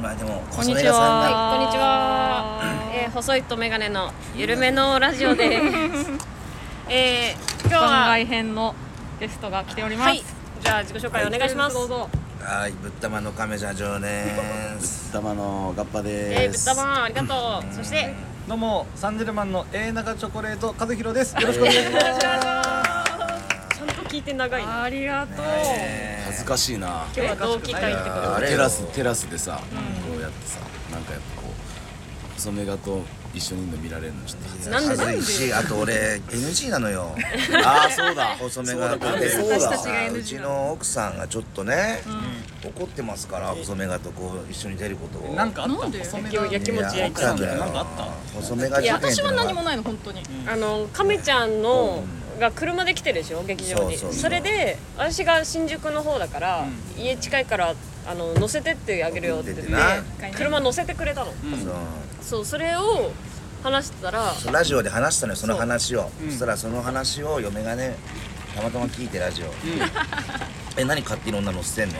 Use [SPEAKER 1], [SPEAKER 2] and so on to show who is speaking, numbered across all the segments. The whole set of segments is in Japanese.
[SPEAKER 1] まあでも
[SPEAKER 2] こんにち
[SPEAKER 1] 細枝さんが
[SPEAKER 2] は。
[SPEAKER 3] はいこんにちは、えー細いとメガネのゆるめのラジオです。えー今日
[SPEAKER 2] 番
[SPEAKER 3] は
[SPEAKER 2] 外編のゲストが来ております。
[SPEAKER 3] はい、じゃあ自己紹介お願いします。
[SPEAKER 2] どうぞ。
[SPEAKER 1] はい、ぶったまの亀じゃ常連 です。
[SPEAKER 4] 玉のガッパ
[SPEAKER 3] えー、
[SPEAKER 4] で
[SPEAKER 3] ぶっ
[SPEAKER 4] す。
[SPEAKER 3] たまんありがとう。そして
[SPEAKER 5] どうもサンジェルマンの A 中チョコレート和弘です。よろしくお願いし
[SPEAKER 4] えー
[SPEAKER 3] ちゃんと聞いて長いな。
[SPEAKER 2] ありがとう。
[SPEAKER 4] 恥ずかしいな。
[SPEAKER 3] 今日は同期会ってこ
[SPEAKER 1] あれよ
[SPEAKER 4] テラステラスでさ、こうやってさ、なんかやっぱこう細メガと一緒にいるの見られるのちょっと恥ずかしい。
[SPEAKER 3] なんで
[SPEAKER 1] ずいし、あと俺 NG なのよ。
[SPEAKER 4] ああそう だ。
[SPEAKER 1] 細めが
[SPEAKER 4] そうだ
[SPEAKER 1] で
[SPEAKER 4] そうだ
[SPEAKER 2] 私たちが NG なの
[SPEAKER 1] うちの奥さんがちょっとね、怒ってますから細めがとこう一緒に出ること
[SPEAKER 5] ま
[SPEAKER 1] を。
[SPEAKER 5] す。なんかあった。
[SPEAKER 2] なんで
[SPEAKER 5] 細め
[SPEAKER 3] と。今
[SPEAKER 5] が
[SPEAKER 3] 日やきもち焼い
[SPEAKER 1] 奥
[SPEAKER 3] た
[SPEAKER 1] さ
[SPEAKER 3] の
[SPEAKER 1] んだよ
[SPEAKER 5] なんかあっ。
[SPEAKER 1] 細めが
[SPEAKER 3] いや
[SPEAKER 2] 私は何も
[SPEAKER 1] い。
[SPEAKER 2] ないの本当に。
[SPEAKER 3] あの亀ちゃんのが車で来てるでしょ劇場に
[SPEAKER 1] そうそうそう
[SPEAKER 3] それで私が新宿の方だから、家近いからあの乗せてってあげるよって言って
[SPEAKER 1] 乗せて
[SPEAKER 2] ってな
[SPEAKER 3] 車乗せてくれたの、
[SPEAKER 1] そう
[SPEAKER 3] そうそれを話してたら
[SPEAKER 1] そうラジオで話したのよその話を。そしたらその話を嫁がねたまたま聞いてラジオ。 え何勝手に女乗せてんの？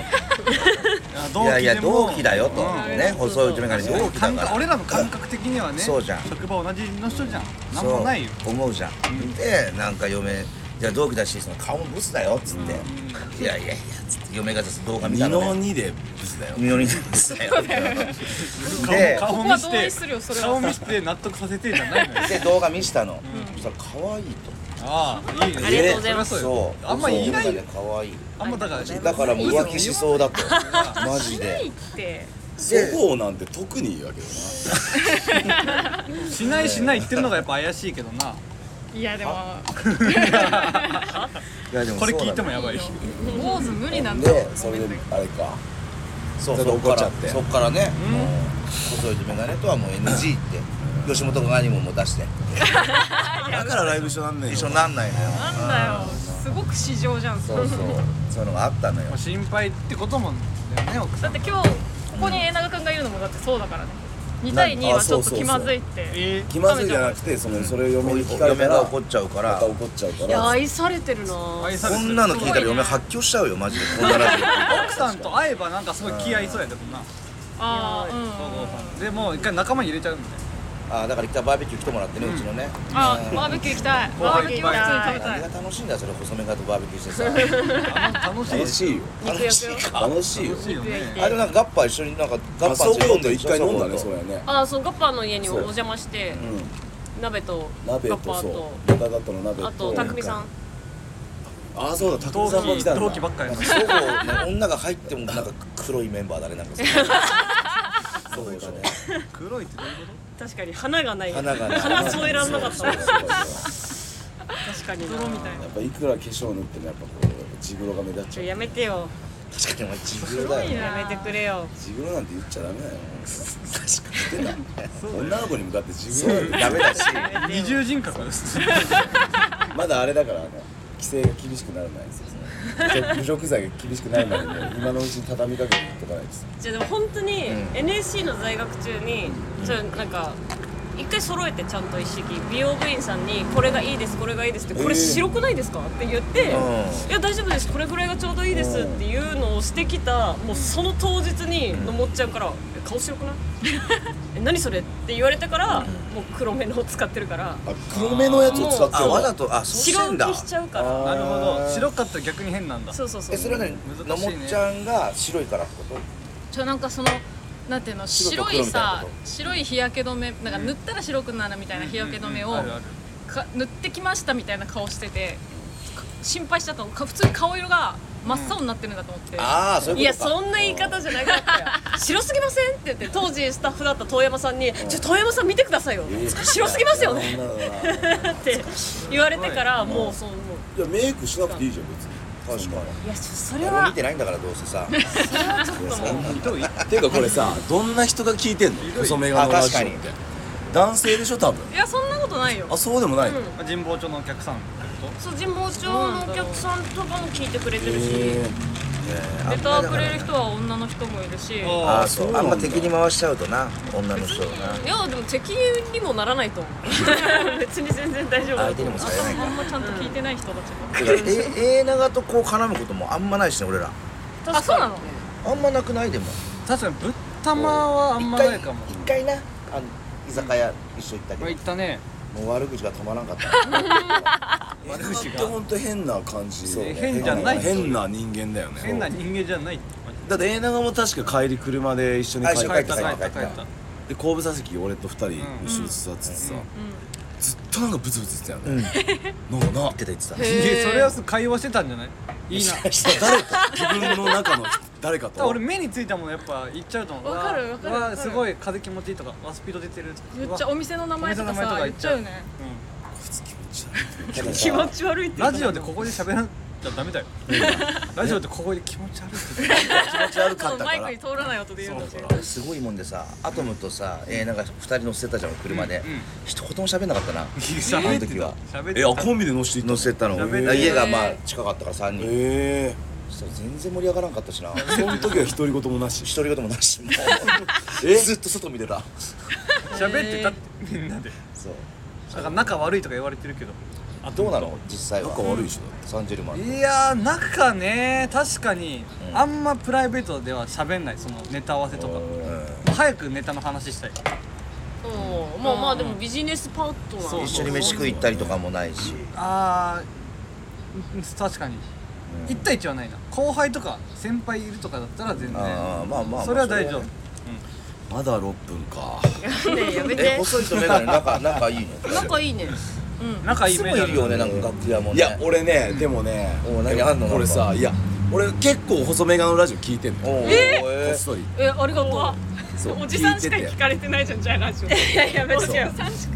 [SPEAKER 1] いやいや同期だよと
[SPEAKER 5] うん
[SPEAKER 1] ね細い女がね同期だ
[SPEAKER 5] 感
[SPEAKER 1] か
[SPEAKER 5] 覚
[SPEAKER 1] ら。
[SPEAKER 5] 俺らの感覚的にはね。
[SPEAKER 1] そうじゃん
[SPEAKER 5] 職場同じの人じゃん。なんもないよ。
[SPEAKER 1] そう思うじゃん、でなんか嫁じゃあ同期だしその顔もブスだよっつって、いやいやいやつって嫁がちょっと動画見た
[SPEAKER 4] 二
[SPEAKER 1] の
[SPEAKER 4] の
[SPEAKER 1] ね
[SPEAKER 4] 二でブスだよ。
[SPEAKER 1] 二の二でブスだよで
[SPEAKER 5] 顔
[SPEAKER 2] こ
[SPEAKER 5] 顔
[SPEAKER 2] こは
[SPEAKER 5] 見
[SPEAKER 2] 同意
[SPEAKER 5] し
[SPEAKER 2] す
[SPEAKER 5] て
[SPEAKER 2] るよそれは
[SPEAKER 5] 顔見して納得させてじゃ ないのよ。
[SPEAKER 1] で動画見したの、そしたら可愛いと
[SPEAKER 5] ああいいね。
[SPEAKER 3] ありがとうございます
[SPEAKER 5] そりゃそう
[SPEAKER 1] そ
[SPEAKER 5] よ
[SPEAKER 1] う
[SPEAKER 5] あんまいない
[SPEAKER 1] ね
[SPEAKER 5] よ。
[SPEAKER 1] 可愛い
[SPEAKER 5] あんまだから。
[SPEAKER 1] だからもう浮気しそうだとマジ
[SPEAKER 3] な
[SPEAKER 1] で
[SPEAKER 3] いって
[SPEAKER 4] そこなんて特にいいわけよ
[SPEAKER 5] しないしない言ってるのがやっぱ怪しいけどな。
[SPEAKER 2] いやでも
[SPEAKER 1] いやで
[SPEAKER 5] これ聞いても
[SPEAKER 1] や
[SPEAKER 5] やばいし。
[SPEAKER 2] 坊主無理なんだよ。
[SPEAKER 4] でそれであれか。
[SPEAKER 1] そう
[SPEAKER 4] ちょっと
[SPEAKER 1] そっか
[SPEAKER 4] 怒っちゃ
[SPEAKER 1] ら
[SPEAKER 4] って
[SPEAKER 1] そっからね、もう細いとメガネとはもう NG って吉本が何ももう出して
[SPEAKER 4] だからライブ一緒なんねんよ
[SPEAKER 1] 一緒になんないのよ
[SPEAKER 2] なんだよ。すごく市場じゃ ん。
[SPEAKER 1] そうそうそういうのがあったのよ
[SPEAKER 5] まあ心配ってこともだよね奥さ
[SPEAKER 2] だっ
[SPEAKER 5] ん
[SPEAKER 2] て。今日ここに江永くんがいるのもだってそうだからね。二対二はちょっと気まずいって。
[SPEAKER 5] えー
[SPEAKER 4] 気まずいじゃなくてそのそれを
[SPEAKER 1] こ
[SPEAKER 4] 嫁
[SPEAKER 1] ういう
[SPEAKER 4] に聞かれ
[SPEAKER 1] 嫁
[SPEAKER 4] た
[SPEAKER 1] が
[SPEAKER 4] ら
[SPEAKER 1] 怒っちゃうか
[SPEAKER 4] ま
[SPEAKER 1] ら
[SPEAKER 4] た怒っちゃうか
[SPEAKER 3] いや
[SPEAKER 4] ら。
[SPEAKER 3] 愛されてるなぁ
[SPEAKER 5] 愛され
[SPEAKER 1] こ
[SPEAKER 5] てる
[SPEAKER 1] んなの聞いたら嫁発狂しちゃうよマジでこんなラジ
[SPEAKER 5] 奥さんと会えばなんかすごい気合いそうやけどな
[SPEAKER 2] ああ
[SPEAKER 5] 東
[SPEAKER 2] うん。
[SPEAKER 5] 郷さんでもう一回仲間に入れちゃうみたい
[SPEAKER 1] オ あだから一回バーベキュー来てもらってねうちのね
[SPEAKER 2] あバーベキュー行きたい。バーベキューは普通に食べた
[SPEAKER 1] 何
[SPEAKER 2] い
[SPEAKER 1] が。楽しいんだよそれ細めがとバーベキューして さ
[SPEAKER 5] な楽しい
[SPEAKER 4] 楽しいよ。
[SPEAKER 3] 肉
[SPEAKER 1] 楽し
[SPEAKER 3] 焼
[SPEAKER 1] い
[SPEAKER 3] くよ
[SPEAKER 1] か
[SPEAKER 4] 楽しいよ。
[SPEAKER 5] 楽しいよね
[SPEAKER 1] あれなんかガッパー一緒になんかガッパ
[SPEAKER 4] あ
[SPEAKER 1] ー連
[SPEAKER 4] そ
[SPEAKER 1] れ
[SPEAKER 4] こ
[SPEAKER 1] て
[SPEAKER 4] と
[SPEAKER 1] って
[SPEAKER 4] 一回飲んだね
[SPEAKER 1] そ
[SPEAKER 4] そうれはね。
[SPEAKER 3] ああそうガッパーの家にお
[SPEAKER 4] そう
[SPEAKER 3] 邪魔して
[SPEAKER 4] うん。
[SPEAKER 3] 鍋とガ
[SPEAKER 4] 鍋
[SPEAKER 3] ッ
[SPEAKER 4] と
[SPEAKER 3] パー
[SPEAKER 4] そ
[SPEAKER 3] と
[SPEAKER 4] う豚だったの鍋と
[SPEAKER 3] あとたくみさん
[SPEAKER 4] ああそうだ
[SPEAKER 5] 同
[SPEAKER 4] 拓さんも来
[SPEAKER 5] 期
[SPEAKER 4] たんだ
[SPEAKER 5] 同期ばっかり
[SPEAKER 1] なん
[SPEAKER 5] や
[SPEAKER 1] かそ
[SPEAKER 5] な
[SPEAKER 1] ごうね女が入ってもなんか黒いメンバーだねなんかそうそうだね
[SPEAKER 5] 黒いってどういうこ
[SPEAKER 3] 確かに花がない
[SPEAKER 1] 花がない
[SPEAKER 3] 花添えらんなかった
[SPEAKER 4] そうそうそう
[SPEAKER 3] 確かに な
[SPEAKER 2] 泥みたい
[SPEAKER 4] やっぱいくら化粧塗ってもやっぱこうやっぱ地黒が目立っ
[SPEAKER 3] ち
[SPEAKER 4] ち
[SPEAKER 3] ょ
[SPEAKER 4] ゃう
[SPEAKER 3] やめてよ
[SPEAKER 1] 確かにお前自分だよ
[SPEAKER 2] い
[SPEAKER 1] ね
[SPEAKER 2] な
[SPEAKER 3] やめてくれよ
[SPEAKER 4] 地黒なんて言っちゃダメだ
[SPEAKER 1] 確
[SPEAKER 4] よ
[SPEAKER 1] かに
[SPEAKER 4] 女の子に向かって地
[SPEAKER 1] そう
[SPEAKER 4] 黒
[SPEAKER 1] ダメだし
[SPEAKER 5] と二重人格
[SPEAKER 4] まだあれだからね規制が厳しくなる前ですよ侮辱侮辱罪が厳しくなるまでね今のうちに畳みかけておかないです
[SPEAKER 3] じゃあでも本当に
[SPEAKER 1] うん
[SPEAKER 3] NSC の在学中にちょなんか一回揃えてちゃんと一式美容部員さんに「これがいいですこれがいいです」って「これ白くないですか?」って言って「
[SPEAKER 1] う
[SPEAKER 3] いや大丈夫ですこれぐらいがちょうどいいです」っていうのをしてきたもうその当日に登っちゃうから「え顔白くない? え」何それって言われてからもう黒目のを使ってるから
[SPEAKER 4] あ黒目のやつを使って
[SPEAKER 1] あ
[SPEAKER 4] る
[SPEAKER 1] わざとあそうして
[SPEAKER 3] 白
[SPEAKER 1] ん
[SPEAKER 3] 浮
[SPEAKER 1] だ
[SPEAKER 3] きしちゃうから
[SPEAKER 5] なるほど白
[SPEAKER 4] く
[SPEAKER 5] かったら逆に変なんだ
[SPEAKER 3] そうそうそう
[SPEAKER 1] えそれはねの
[SPEAKER 5] 難しい
[SPEAKER 1] も
[SPEAKER 5] ね
[SPEAKER 1] ちゃんが白いからってこと
[SPEAKER 2] ちょなんかそのなんていうの
[SPEAKER 1] 白と
[SPEAKER 2] 白
[SPEAKER 1] 黒
[SPEAKER 2] い
[SPEAKER 1] みたいな
[SPEAKER 2] さ
[SPEAKER 1] こと
[SPEAKER 2] 白い日焼け止めなんか塗ったら白くなるみたいな日焼け止めを
[SPEAKER 5] あるある
[SPEAKER 2] か塗ってきましたみたいな顔しててか心配しちゃったのか普通に顔色が真っ青になってるんだと思って、
[SPEAKER 1] ああそういうことか
[SPEAKER 3] いやそんな言い方じゃなかったよ白すぎませんって言って当時スタッフだった遠山さんに「ちょ遠山さん見てくださいよ白すぎますよね」って言われてからもうそうもう
[SPEAKER 4] いやメイクしなくていいじゃん別に
[SPEAKER 1] 確かに
[SPEAKER 3] いやちょそれ
[SPEAKER 1] 誰も見
[SPEAKER 3] は
[SPEAKER 1] てないんだからどうせさ
[SPEAKER 5] ひどい
[SPEAKER 4] ていうかこれさどんな人が聞いてんの細メガのラジオって
[SPEAKER 1] あ確
[SPEAKER 4] 男性でしょ多分
[SPEAKER 2] いやそんなことないよ
[SPEAKER 4] あそうでもないの
[SPEAKER 3] うん
[SPEAKER 5] 神保町のお客さんってこ
[SPEAKER 3] そう神保町のお客さんとかも聞いてくれてるし
[SPEAKER 4] へ
[SPEAKER 3] ネ
[SPEAKER 1] ネ
[SPEAKER 2] タくれる人は女の人もいるしい
[SPEAKER 5] と
[SPEAKER 1] ああ
[SPEAKER 5] あ
[SPEAKER 1] そ
[SPEAKER 4] そうう
[SPEAKER 1] あ
[SPEAKER 4] なんんだ
[SPEAKER 1] ま敵に回しちゃうとな女の人をな
[SPEAKER 3] やでも敵にもならないと思う 別に全然大丈夫だ
[SPEAKER 1] 相
[SPEAKER 3] と
[SPEAKER 1] 手に
[SPEAKER 3] 思う
[SPEAKER 1] もされないか
[SPEAKER 2] あんまちゃんと聞いてない人たち
[SPEAKER 1] らだからえ A 長とこう絡むこともあんまないしね俺ら
[SPEAKER 2] があそうなの
[SPEAKER 1] あんまなくないでも
[SPEAKER 5] 確かにぶっ頭はあんまないかも
[SPEAKER 1] 一回一回なあの居酒屋一緒行ったけ
[SPEAKER 5] これいったね
[SPEAKER 1] どもう悪口が止まらんかった
[SPEAKER 5] 悪口
[SPEAKER 4] ほ
[SPEAKER 5] が
[SPEAKER 4] んとほんと変な感じ
[SPEAKER 5] そうね変じゃない
[SPEAKER 4] 変な人間だよね
[SPEAKER 5] 変な人間じゃない
[SPEAKER 4] だって永長も確か帰り車で一緒に帰っ
[SPEAKER 1] あ
[SPEAKER 4] て
[SPEAKER 1] 一緒
[SPEAKER 4] き
[SPEAKER 1] に帰
[SPEAKER 4] て
[SPEAKER 1] った
[SPEAKER 5] 帰
[SPEAKER 1] 帰
[SPEAKER 5] っ
[SPEAKER 1] ったた
[SPEAKER 5] 帰
[SPEAKER 1] 帰
[SPEAKER 5] っ
[SPEAKER 1] ったた
[SPEAKER 4] で後部座席俺と二人後ろ座っててさ、ずっとなんかブツブツ言ってたよね、なんかな
[SPEAKER 1] 言ってた言ってた
[SPEAKER 5] いやそれは会話してたんじゃないいいな
[SPEAKER 4] 誰か自分の中の誰か
[SPEAKER 5] ただ
[SPEAKER 4] と
[SPEAKER 5] 俺目についたものやっぱ言っちゃうと思う
[SPEAKER 2] わかる
[SPEAKER 5] わ
[SPEAKER 2] わかる
[SPEAKER 5] わ
[SPEAKER 2] わかる
[SPEAKER 5] すごい風気持ちいいとかわスピード出てる
[SPEAKER 2] 言っちゃうお店の名前とか
[SPEAKER 5] お店の名前と
[SPEAKER 2] さ
[SPEAKER 5] か
[SPEAKER 2] 言っちゃうよね
[SPEAKER 1] でも
[SPEAKER 3] 気持
[SPEAKER 1] さ
[SPEAKER 3] ち悪いって言
[SPEAKER 5] ラ
[SPEAKER 3] うと
[SPEAKER 5] ジオでここで喋らんじゃダメだよラジオでここで気持ち悪いって言って
[SPEAKER 1] 気持ち悪か
[SPEAKER 2] そ
[SPEAKER 1] っ
[SPEAKER 2] う
[SPEAKER 1] た
[SPEAKER 2] マ
[SPEAKER 1] か
[SPEAKER 2] イク
[SPEAKER 1] ら
[SPEAKER 2] に通らない音で言うんだし
[SPEAKER 1] すごいもんでさアトムとさえなんか二人乗せてたじゃん車で
[SPEAKER 5] うんうん
[SPEAKER 1] 一言も喋んなかったな
[SPEAKER 5] た
[SPEAKER 1] あの時は
[SPEAKER 5] 喋って
[SPEAKER 4] え
[SPEAKER 5] た
[SPEAKER 4] あコンビで乗せてい
[SPEAKER 1] 乗せたの
[SPEAKER 5] 喋っ て
[SPEAKER 1] 家がまあ近かったから3人
[SPEAKER 4] え
[SPEAKER 1] そしたら全然盛り上がらんかったしな
[SPEAKER 4] えその時は独り言もなし
[SPEAKER 1] 独り言もなしもう
[SPEAKER 4] え
[SPEAKER 1] ずっと外見てた
[SPEAKER 5] 喋ってたってみんなで
[SPEAKER 1] そう
[SPEAKER 5] だから仲悪いとか言われてるけど
[SPEAKER 1] あどうなの実際は
[SPEAKER 4] 仲悪いでしょ
[SPEAKER 1] サンジェルマン
[SPEAKER 5] いやー仲ね確かに、
[SPEAKER 1] うん
[SPEAKER 5] あんまプライベートでは喋んないそのネタ合わせとか
[SPEAKER 1] う
[SPEAKER 5] 早くネタの話したい
[SPEAKER 3] うんまあまあでもビジネスパートナー
[SPEAKER 5] そうん
[SPEAKER 1] 一緒に飯食い行ったりとかもないし
[SPEAKER 5] あーうん確かに、一1対1はないな後輩とか先輩いるとかだったら全然
[SPEAKER 1] ああまあまあまあ
[SPEAKER 5] それは大丈夫
[SPEAKER 1] そ
[SPEAKER 4] まだ6分か
[SPEAKER 3] ねえやめ
[SPEAKER 1] え
[SPEAKER 3] て
[SPEAKER 1] 細いとメガネ仲仲いいの
[SPEAKER 3] 仲いいねうん
[SPEAKER 5] 仲いい
[SPEAKER 1] つ
[SPEAKER 5] メ
[SPEAKER 1] も
[SPEAKER 5] ン
[SPEAKER 1] い
[SPEAKER 5] バー
[SPEAKER 1] るよねなんか楽屋もね
[SPEAKER 4] いや俺ね、でもね
[SPEAKER 1] おう何あんの
[SPEAKER 4] これ
[SPEAKER 1] なん
[SPEAKER 4] さ
[SPEAKER 1] か
[SPEAKER 4] いや俺結構細めがのラジオ聞いてんのよ
[SPEAKER 1] おう
[SPEAKER 4] こ
[SPEAKER 1] え
[SPEAKER 4] っ
[SPEAKER 1] ー
[SPEAKER 4] そり
[SPEAKER 3] えありがと
[SPEAKER 4] そう
[SPEAKER 2] おじさんしか
[SPEAKER 4] 聞いて
[SPEAKER 2] 聞かれてないじゃんじゃあラジオ
[SPEAKER 3] ういややめとけよ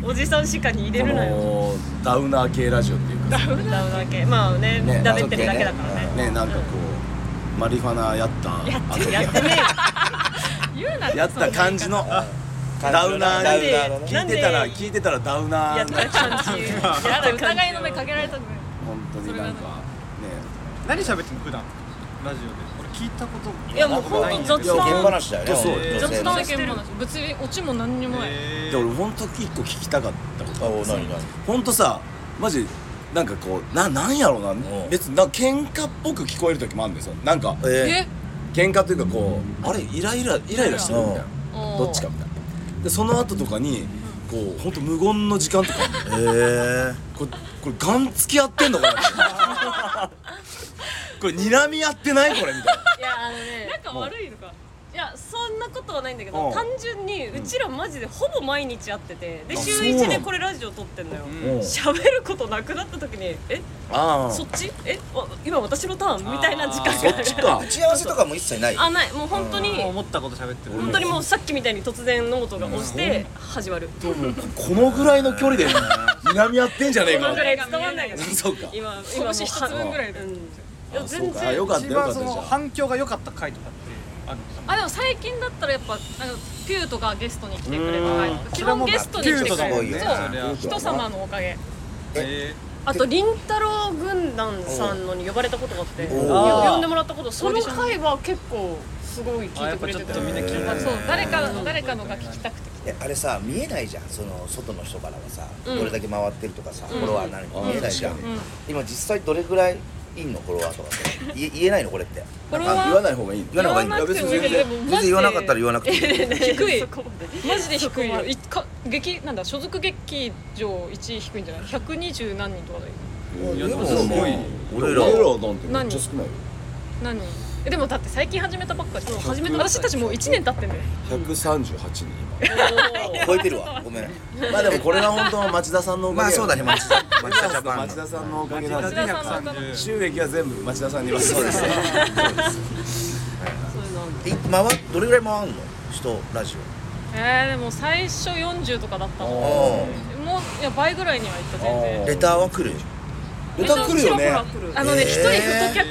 [SPEAKER 3] おじさんしかに入
[SPEAKER 4] て
[SPEAKER 3] れ
[SPEAKER 4] こ
[SPEAKER 3] るなよ
[SPEAKER 4] のダウナー系ラジオっていうか
[SPEAKER 3] 歌うだけまあね
[SPEAKER 4] ね
[SPEAKER 3] だべってるだけだからね
[SPEAKER 4] ねなんかこうマリファナやった
[SPEAKER 3] やって
[SPEAKER 4] 後
[SPEAKER 3] る
[SPEAKER 4] に
[SPEAKER 3] やってねえよ
[SPEAKER 2] 言うな
[SPEAKER 4] やった感じのダウナ
[SPEAKER 1] ダ
[SPEAKER 4] ー
[SPEAKER 1] ウナーの
[SPEAKER 4] に
[SPEAKER 1] ね
[SPEAKER 4] 聞いてたら聞いてたらダウナ
[SPEAKER 3] やっ
[SPEAKER 4] ーな
[SPEAKER 3] た感じやった
[SPEAKER 2] やだ
[SPEAKER 3] 感じ
[SPEAKER 2] お互いの目かけられたくない
[SPEAKER 4] 本当になんかね
[SPEAKER 5] 何喋ってんの普段ラジオで俺聞いたこと
[SPEAKER 3] いやもうほんと
[SPEAKER 5] ないんだ
[SPEAKER 3] 雑
[SPEAKER 5] け
[SPEAKER 1] いや
[SPEAKER 5] ど
[SPEAKER 1] 現話だよね
[SPEAKER 4] そう
[SPEAKER 1] 女性
[SPEAKER 2] 雑
[SPEAKER 1] の
[SPEAKER 2] 談意見もなし別にオチも何にもない
[SPEAKER 5] え
[SPEAKER 4] で俺本当一個聞きたかったこと
[SPEAKER 1] おう何何
[SPEAKER 4] 本当さマジなんかこうななんやろうな
[SPEAKER 1] うん
[SPEAKER 4] 別になんか喧嘩っぽく聞こえる時もあるんですよなんか
[SPEAKER 1] え
[SPEAKER 2] え
[SPEAKER 4] 喧嘩というかこうあれイライライライラしてるみたいな
[SPEAKER 2] おー
[SPEAKER 4] どっちかみたいなでその後とかにこう本当無言の時間とかあんのよ
[SPEAKER 1] えー
[SPEAKER 4] これこれガン付き合ってんのかなみた いなこれ睨み合ってないこれみたいない
[SPEAKER 3] やあのね
[SPEAKER 2] 仲悪いのか
[SPEAKER 3] いやそんなことはないんだけ
[SPEAKER 4] う
[SPEAKER 3] ど
[SPEAKER 4] ん
[SPEAKER 3] 単純にうちらマジでほぼ毎日会っててで
[SPEAKER 4] あ
[SPEAKER 3] 週
[SPEAKER 4] そうな
[SPEAKER 3] 1
[SPEAKER 4] の
[SPEAKER 3] でこれラジオ撮ってんのよ
[SPEAKER 5] うん
[SPEAKER 4] うん
[SPEAKER 3] 喋ることなくなった時にえ
[SPEAKER 4] あ
[SPEAKER 3] そっちえあ今私のターンみたいな時間
[SPEAKER 4] そ
[SPEAKER 3] が
[SPEAKER 4] っちか
[SPEAKER 1] 打ち合わせとかも一切ない
[SPEAKER 3] あないもう本当に
[SPEAKER 5] もう思ったこと喋ってる
[SPEAKER 3] 本当にもうさっきみたいに突然ノートが押して始まる
[SPEAKER 4] でもこのぐらいの距離で睨み合ってんじゃねえ
[SPEAKER 3] こ
[SPEAKER 4] か
[SPEAKER 3] の
[SPEAKER 4] な
[SPEAKER 3] ぐらい伝わんないから
[SPEAKER 4] そうか
[SPEAKER 3] 今
[SPEAKER 2] 拳
[SPEAKER 3] 今もう
[SPEAKER 2] 一つ分ぐらいで
[SPEAKER 3] うんいや
[SPEAKER 4] あそう
[SPEAKER 3] 全
[SPEAKER 4] かあ
[SPEAKER 3] 然
[SPEAKER 4] よかった
[SPEAKER 5] 一
[SPEAKER 4] よかっ
[SPEAKER 5] 番
[SPEAKER 4] た
[SPEAKER 5] そ
[SPEAKER 4] じゃ
[SPEAKER 5] の
[SPEAKER 4] あ
[SPEAKER 5] 反響が良かった回とかってあるんですか
[SPEAKER 2] あでも最近だったらやっぱなんかピューとかゲストに来てくれた回とか基本ゲストに来て
[SPEAKER 5] キュート
[SPEAKER 2] く
[SPEAKER 5] だ
[SPEAKER 2] れ
[SPEAKER 5] も
[SPEAKER 1] も
[SPEAKER 5] ん
[SPEAKER 1] ん
[SPEAKER 2] る
[SPEAKER 5] ね
[SPEAKER 1] ね
[SPEAKER 2] そう
[SPEAKER 4] それは
[SPEAKER 2] 人様のおかげ
[SPEAKER 5] え
[SPEAKER 3] あとりんたろー軍団さんのに呼ばれたことがあって
[SPEAKER 1] お
[SPEAKER 5] ー
[SPEAKER 3] 呼んでもらったことその回は結構すごい聞いてくれて
[SPEAKER 5] あやっぱちょっとみんな聞いて
[SPEAKER 2] まあそう誰か誰かのが聞きたくて
[SPEAKER 1] えあれさ見えないじゃんその外の人からはさ、
[SPEAKER 3] うん
[SPEAKER 1] どれだけ回ってるとかさ、フォロワー何人か見えないじゃん、
[SPEAKER 4] うん
[SPEAKER 2] うん
[SPEAKER 1] 今実際どれぐらいいんのフォロワーとかって言え言えないのこれって
[SPEAKER 2] フォロ
[SPEAKER 4] あ
[SPEAKER 2] ワ
[SPEAKER 4] 言
[SPEAKER 2] ー
[SPEAKER 4] わない方がいいの
[SPEAKER 1] 言わない方がいい
[SPEAKER 4] や別に
[SPEAKER 2] もいいけ
[SPEAKER 4] 全
[SPEAKER 2] どで
[SPEAKER 4] 然
[SPEAKER 2] も
[SPEAKER 1] 別に
[SPEAKER 2] マジで
[SPEAKER 1] 言わなかったら言わなくていい
[SPEAKER 2] 低い
[SPEAKER 3] そこまで
[SPEAKER 2] マジで低い
[SPEAKER 3] そこま
[SPEAKER 2] よ
[SPEAKER 3] で
[SPEAKER 2] いか劇なんだ所属劇場1位低いんじゃない120何人とかだよ
[SPEAKER 5] いやでも
[SPEAKER 1] も
[SPEAKER 5] すごい
[SPEAKER 1] 俺
[SPEAKER 4] 俺ら
[SPEAKER 1] ら
[SPEAKER 4] なんてめっちゃ少ないよ
[SPEAKER 2] 何人えでもだって最近始めたばっかじゃん
[SPEAKER 3] そう始めたばっか
[SPEAKER 2] 私たちもう1年経ってんだよ
[SPEAKER 4] 138人今
[SPEAKER 1] 超えてるわごめん
[SPEAKER 4] まあでもこれが本当の町田さんのおかげ
[SPEAKER 1] まあそうだね町田町田ジャパン
[SPEAKER 4] 町田さんのおかげなん
[SPEAKER 5] 町
[SPEAKER 4] で
[SPEAKER 5] 田
[SPEAKER 2] 田さ
[SPEAKER 5] さ
[SPEAKER 2] ん
[SPEAKER 5] ん
[SPEAKER 2] の
[SPEAKER 5] 130
[SPEAKER 4] 収益は全部町田さんにはそうです
[SPEAKER 3] そういうのあ
[SPEAKER 1] え
[SPEAKER 3] る
[SPEAKER 1] 回どれぐらい回んの人ラジ
[SPEAKER 2] えー、でも最初40とかだった
[SPEAKER 1] オ
[SPEAKER 2] の
[SPEAKER 1] お
[SPEAKER 2] もういや倍ぐらいにはいった全然
[SPEAKER 1] ーレターは来る
[SPEAKER 4] レター来るよ
[SPEAKER 3] ち
[SPEAKER 4] ね
[SPEAKER 3] らほら来る
[SPEAKER 2] あのね、
[SPEAKER 1] えー
[SPEAKER 2] 一人太客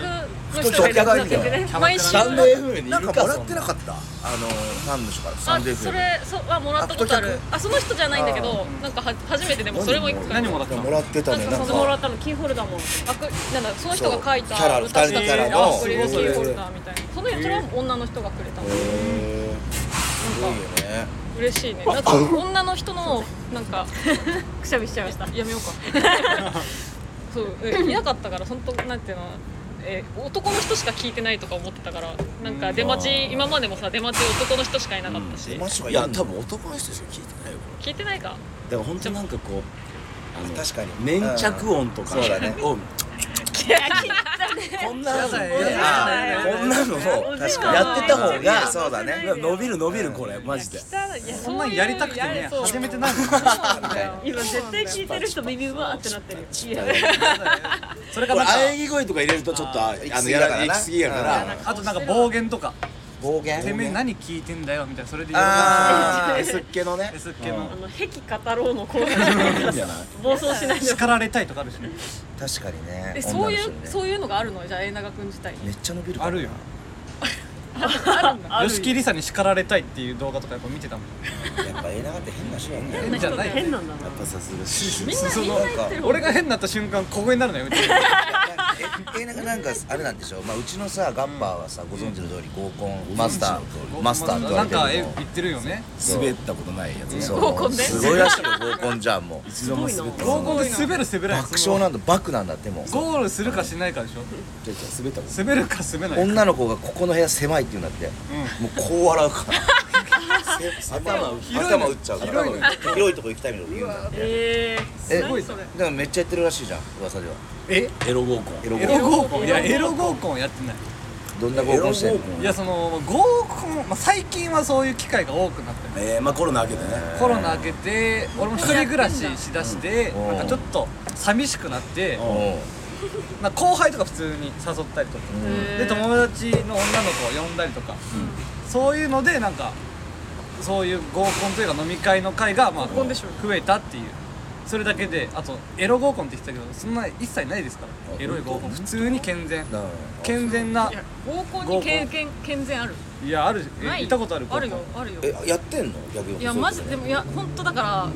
[SPEAKER 2] の人がい
[SPEAKER 1] 太
[SPEAKER 2] る
[SPEAKER 1] 客がいる
[SPEAKER 2] んだけどね、毎週。
[SPEAKER 4] スタンド FM にい
[SPEAKER 1] なん
[SPEAKER 4] る
[SPEAKER 1] か
[SPEAKER 4] か
[SPEAKER 1] もらってなかったあのファンの人からスタ
[SPEAKER 2] あ、
[SPEAKER 1] ンド FM
[SPEAKER 2] それ、そう、あ、もらったことあ
[SPEAKER 1] あ
[SPEAKER 2] る
[SPEAKER 1] 太。
[SPEAKER 2] あ、その人じゃないんだけど、なんかは初めてでも、それも一
[SPEAKER 5] ー、
[SPEAKER 2] 回。
[SPEAKER 5] 何もらっ
[SPEAKER 1] い
[SPEAKER 5] た
[SPEAKER 1] や
[SPEAKER 5] の
[SPEAKER 1] もらってたね
[SPEAKER 2] あ
[SPEAKER 1] な
[SPEAKER 2] そ
[SPEAKER 1] ん
[SPEAKER 2] う
[SPEAKER 1] か
[SPEAKER 2] そう
[SPEAKER 3] もらったのキーホルダーも
[SPEAKER 2] あ、くなんだ、その人が書いた。
[SPEAKER 1] そうキャラ
[SPEAKER 2] 歌とか
[SPEAKER 1] 二人のキャラの
[SPEAKER 2] あこれがキーホルダーみたいな。そのやつは女の人がくれた
[SPEAKER 1] へ
[SPEAKER 2] の。
[SPEAKER 1] ーすごいよね
[SPEAKER 2] 嬉しいね。なんか、女の人の、なんか、
[SPEAKER 3] くしゃみしちゃいました
[SPEAKER 2] やめようか。そう、うんいなかったから、本当、なんていうの。えー男の人しか聞いてないとか思ってたからなんか出待ち今までもさ出待ち男の人しかいなかったし、
[SPEAKER 1] 出待ちとか
[SPEAKER 4] い
[SPEAKER 1] 言う
[SPEAKER 4] や
[SPEAKER 1] の
[SPEAKER 4] 多分男の人しか聞いてないよ
[SPEAKER 2] 聞いてないか
[SPEAKER 4] だから本当なんかこうあの
[SPEAKER 1] 確かに
[SPEAKER 4] 粘着音とか
[SPEAKER 1] うんそうだね
[SPEAKER 4] をこんなのであこんなのを
[SPEAKER 1] 確かに
[SPEAKER 4] やってた方が
[SPEAKER 1] そうだね
[SPEAKER 4] 伸びる伸びるこれマジで
[SPEAKER 5] そんなんやりたくてね
[SPEAKER 2] そう
[SPEAKER 5] 始めてないもん
[SPEAKER 1] みたいな
[SPEAKER 3] 今絶対聞いてる人耳うわーってなってるよいや
[SPEAKER 5] それ
[SPEAKER 4] こ
[SPEAKER 5] か
[SPEAKER 4] れ
[SPEAKER 5] なんか
[SPEAKER 4] 喘ぎ声とか入れるとちょっとああ
[SPEAKER 1] 行き過
[SPEAKER 4] の
[SPEAKER 1] ぎ
[SPEAKER 4] や
[SPEAKER 1] だから
[SPEAKER 4] ら
[SPEAKER 1] な
[SPEAKER 4] 行き過ぎやか
[SPEAKER 1] うん
[SPEAKER 4] ら
[SPEAKER 5] あとなんか暴言とか
[SPEAKER 1] 暴言
[SPEAKER 5] てめえ何聞いてんだよみたいなそれで喜ば
[SPEAKER 1] あー
[SPEAKER 4] S っ気のね
[SPEAKER 5] れて S っ気の
[SPEAKER 3] あの壁語ろうのコーナ
[SPEAKER 4] いい
[SPEAKER 3] ー
[SPEAKER 4] んじゃない
[SPEAKER 3] 暴走しないで
[SPEAKER 5] 叱られたいとかあるしね
[SPEAKER 1] 確かにね
[SPEAKER 2] えそういう、
[SPEAKER 1] 女の人
[SPEAKER 2] そ
[SPEAKER 1] ね
[SPEAKER 2] ういうのがあるのじゃあ永長君自体に
[SPEAKER 1] めっちゃ伸びるか
[SPEAKER 5] あ
[SPEAKER 1] ら
[SPEAKER 5] るよ
[SPEAKER 2] あるんだ
[SPEAKER 5] 吉木りさに叱られたいっていう動画とかやっぱ見てたもん
[SPEAKER 1] やっぱ映画って変な人なんだよ
[SPEAKER 5] 変じゃない
[SPEAKER 3] 変なんだな
[SPEAKER 4] やっぱさすがし
[SPEAKER 2] みんな
[SPEAKER 1] そう
[SPEAKER 2] みんな言ってるもん
[SPEAKER 5] 俺が変になった瞬間小声になるのようち
[SPEAKER 1] えなんかなんかあれなんでしょう、まあ、うちのさガッパーはさご存知の通り合コンマスターマスターって言われ
[SPEAKER 5] なん
[SPEAKER 1] てる
[SPEAKER 5] かえ
[SPEAKER 1] の
[SPEAKER 5] 言ってるよね
[SPEAKER 4] 滑ったことないやつね
[SPEAKER 1] そう
[SPEAKER 2] 合コンです
[SPEAKER 1] ごいらしいよ合コンじゃんもう
[SPEAKER 4] 一度も滑った
[SPEAKER 5] 合
[SPEAKER 4] こと
[SPEAKER 5] コ
[SPEAKER 4] な
[SPEAKER 5] ン
[SPEAKER 4] い
[SPEAKER 5] で滑る滑らない
[SPEAKER 1] 爆笑なんだバクなんだってもう
[SPEAKER 5] ゴールするかしないかでしょ
[SPEAKER 4] ちょいちょい滑ったことない
[SPEAKER 5] 滑るか滑ないか
[SPEAKER 1] 女の子がここの部屋狭いって言うんだって、もうこう笑うから 頭打
[SPEAKER 5] 広い
[SPEAKER 1] 頭打っちゃうから
[SPEAKER 5] 広い
[SPEAKER 1] 広いとこ行きたいみたいなこと言うんだよ
[SPEAKER 3] え
[SPEAKER 1] え
[SPEAKER 5] すごいぞ
[SPEAKER 1] でもめっちゃやってるらしいじゃん噂では
[SPEAKER 5] え
[SPEAKER 4] エロ合コン
[SPEAKER 1] エロ合
[SPEAKER 5] エロ
[SPEAKER 1] コン
[SPEAKER 5] 合コンいやエロ合コンやってない
[SPEAKER 1] どんな合コンしてんの
[SPEAKER 5] いやその合コン、まあ、最近はそういう機会が多くなってる
[SPEAKER 4] えーまあコロナ明けてね
[SPEAKER 5] コロナ明けて俺も一人暮らししだして
[SPEAKER 1] うん
[SPEAKER 5] なんかちょっと寂しくなって
[SPEAKER 4] うん
[SPEAKER 5] まあ後輩とか普通に誘ったりとか
[SPEAKER 1] うん
[SPEAKER 2] へー
[SPEAKER 5] で友達の女の子を呼んだりとかそういうのでなんかそういう合コンというか飲み会の会がまあ
[SPEAKER 2] コンでしょ
[SPEAKER 5] 増えたっていうそれだけであとエロ合コンって言ってたけどそんな一切ないですから
[SPEAKER 4] あ
[SPEAKER 5] エロい合コン普通に健全
[SPEAKER 1] なあ
[SPEAKER 5] 健全ない
[SPEAKER 2] や合コンに経験健全ある
[SPEAKER 5] いやあるえ
[SPEAKER 2] ない
[SPEAKER 5] 行ったことある合コ
[SPEAKER 2] あ
[SPEAKER 5] ン
[SPEAKER 2] るよあるよ
[SPEAKER 1] えやってんの逆に
[SPEAKER 2] いやマジでもいや本当だから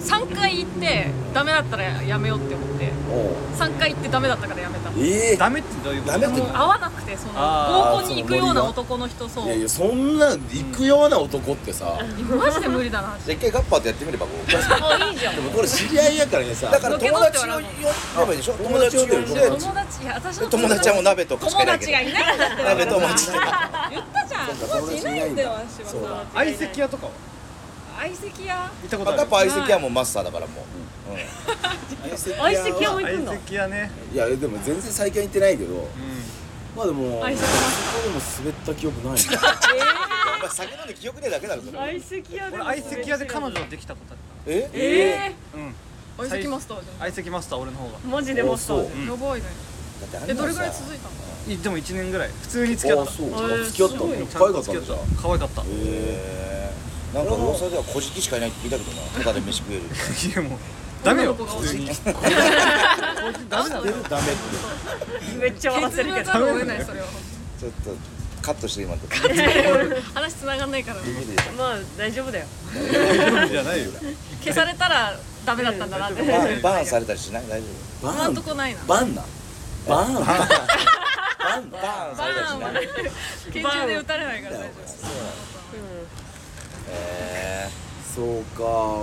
[SPEAKER 2] 3回行ってダメだったらやめようって思って
[SPEAKER 1] おう
[SPEAKER 2] 3回行ってダメだったからやめた
[SPEAKER 4] ええ
[SPEAKER 5] ダメってどういうこと
[SPEAKER 4] ダメって
[SPEAKER 2] もう合わなくてその
[SPEAKER 5] あ
[SPEAKER 2] 合コンに行くような男の人そう
[SPEAKER 4] いやいやそんなん行くような男ってさ
[SPEAKER 2] マジで無理だな
[SPEAKER 1] じゃあ一回ガッパーとやってみればこ う
[SPEAKER 3] あいいじゃん
[SPEAKER 4] でもこれ知り合いやからねさ
[SPEAKER 1] だから友達を呼べばいいでしょ友達を呼んで
[SPEAKER 2] 友達いや私の
[SPEAKER 1] 友達はもう鍋とかしか
[SPEAKER 2] 友
[SPEAKER 1] いないけ
[SPEAKER 2] 達
[SPEAKER 1] ど
[SPEAKER 2] がいないんだって
[SPEAKER 1] 鍋友 達とか
[SPEAKER 2] 言ったじゃん友達いないんだよ私は友達
[SPEAKER 5] 相席屋とかは
[SPEAKER 2] 相席屋
[SPEAKER 5] 行ったこ
[SPEAKER 1] ま
[SPEAKER 5] と
[SPEAKER 1] あ
[SPEAKER 5] あ
[SPEAKER 1] ガ
[SPEAKER 5] る
[SPEAKER 1] ッパー相席はもうマスターだからもううん
[SPEAKER 3] 相席屋も行くんだ
[SPEAKER 5] 相席屋ね
[SPEAKER 4] いやでも全然最近は行ってないけど
[SPEAKER 5] う
[SPEAKER 4] まあでも
[SPEAKER 3] あいつ
[SPEAKER 4] ここでも滑った記憶ないな
[SPEAKER 1] お前酒飲んで記憶ねえだけだろそれ
[SPEAKER 3] 相席屋
[SPEAKER 5] ん
[SPEAKER 3] で
[SPEAKER 5] 俺
[SPEAKER 3] も
[SPEAKER 5] 相席屋で彼女できたことある
[SPEAKER 1] え
[SPEAKER 2] ええ
[SPEAKER 5] からうん
[SPEAKER 2] 相席マスターじ
[SPEAKER 5] 相席マスター俺の方が
[SPEAKER 3] マジでマスタ
[SPEAKER 4] おそう
[SPEAKER 3] ー
[SPEAKER 2] ゃんやばいね
[SPEAKER 1] だってあ
[SPEAKER 2] え
[SPEAKER 1] んな
[SPEAKER 2] ど
[SPEAKER 1] の
[SPEAKER 2] れぐらい
[SPEAKER 1] さ
[SPEAKER 2] 続いたの
[SPEAKER 5] いでも1年ぐらい普通に付き合
[SPEAKER 4] あ
[SPEAKER 5] っ
[SPEAKER 4] そ
[SPEAKER 3] え
[SPEAKER 4] う
[SPEAKER 3] ー
[SPEAKER 4] あ付き合った
[SPEAKER 3] すごい
[SPEAKER 5] た
[SPEAKER 3] ね
[SPEAKER 4] の
[SPEAKER 5] ちゃ
[SPEAKER 4] 可愛
[SPEAKER 5] ん
[SPEAKER 4] かった
[SPEAKER 5] と付
[SPEAKER 4] ん
[SPEAKER 5] き
[SPEAKER 4] じゃ
[SPEAKER 5] 合
[SPEAKER 4] ん
[SPEAKER 5] った可愛かった
[SPEAKER 1] へえなんか噂では小じきしかいないって聞いたけどなただで飯食える
[SPEAKER 5] いやもうダメよ普通に
[SPEAKER 4] ダメっ
[SPEAKER 5] ダメだよ
[SPEAKER 4] て
[SPEAKER 3] めっちゃ笑って
[SPEAKER 2] 削
[SPEAKER 3] る
[SPEAKER 2] ら
[SPEAKER 3] けど
[SPEAKER 2] ざるを得ないそれは
[SPEAKER 1] ちょっとカットして今のとこ
[SPEAKER 2] 話つながんないから
[SPEAKER 1] ビビる
[SPEAKER 3] まあ大丈夫だよ
[SPEAKER 5] じゃないよ
[SPEAKER 2] 消されたらダメだったんだなって
[SPEAKER 1] バーンバーンされたりしない大丈
[SPEAKER 2] 今んとこないな
[SPEAKER 4] バンなバンバン
[SPEAKER 1] 夫バーンされたりしないへ
[SPEAKER 2] 拳銃で撃たれないから大丈夫
[SPEAKER 1] え
[SPEAKER 4] そう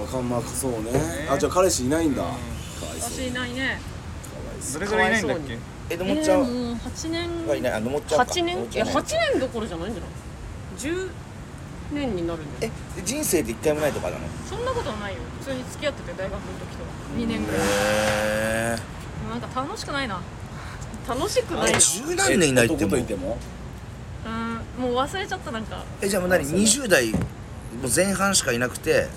[SPEAKER 4] かかまあそうねあじゃあ彼氏いないんだかわいそう
[SPEAKER 2] 私いないね
[SPEAKER 5] どれぐらいいないんだっけ
[SPEAKER 1] えの
[SPEAKER 2] え
[SPEAKER 1] もっちゃん
[SPEAKER 2] ーもう8
[SPEAKER 1] はい
[SPEAKER 2] 年
[SPEAKER 1] ないあのもっちゃんか
[SPEAKER 3] 八年
[SPEAKER 1] のもっ
[SPEAKER 3] い
[SPEAKER 1] ちゃ
[SPEAKER 3] や
[SPEAKER 1] んね
[SPEAKER 3] 八年どころじゃないんじゃない十年になるんだよ
[SPEAKER 1] え人生で一回もないとかなのへ
[SPEAKER 2] そんなことはないよ普通に付き合ってて大学の時とか2年ぐらい
[SPEAKER 1] え
[SPEAKER 2] でもなんか楽しくないな
[SPEAKER 3] 楽しくないな
[SPEAKER 1] 十何年いないって
[SPEAKER 4] 男
[SPEAKER 1] も
[SPEAKER 4] というても
[SPEAKER 2] うんもう忘れちゃったなんか
[SPEAKER 1] えじゃあもう何20代もう前半しかいなくて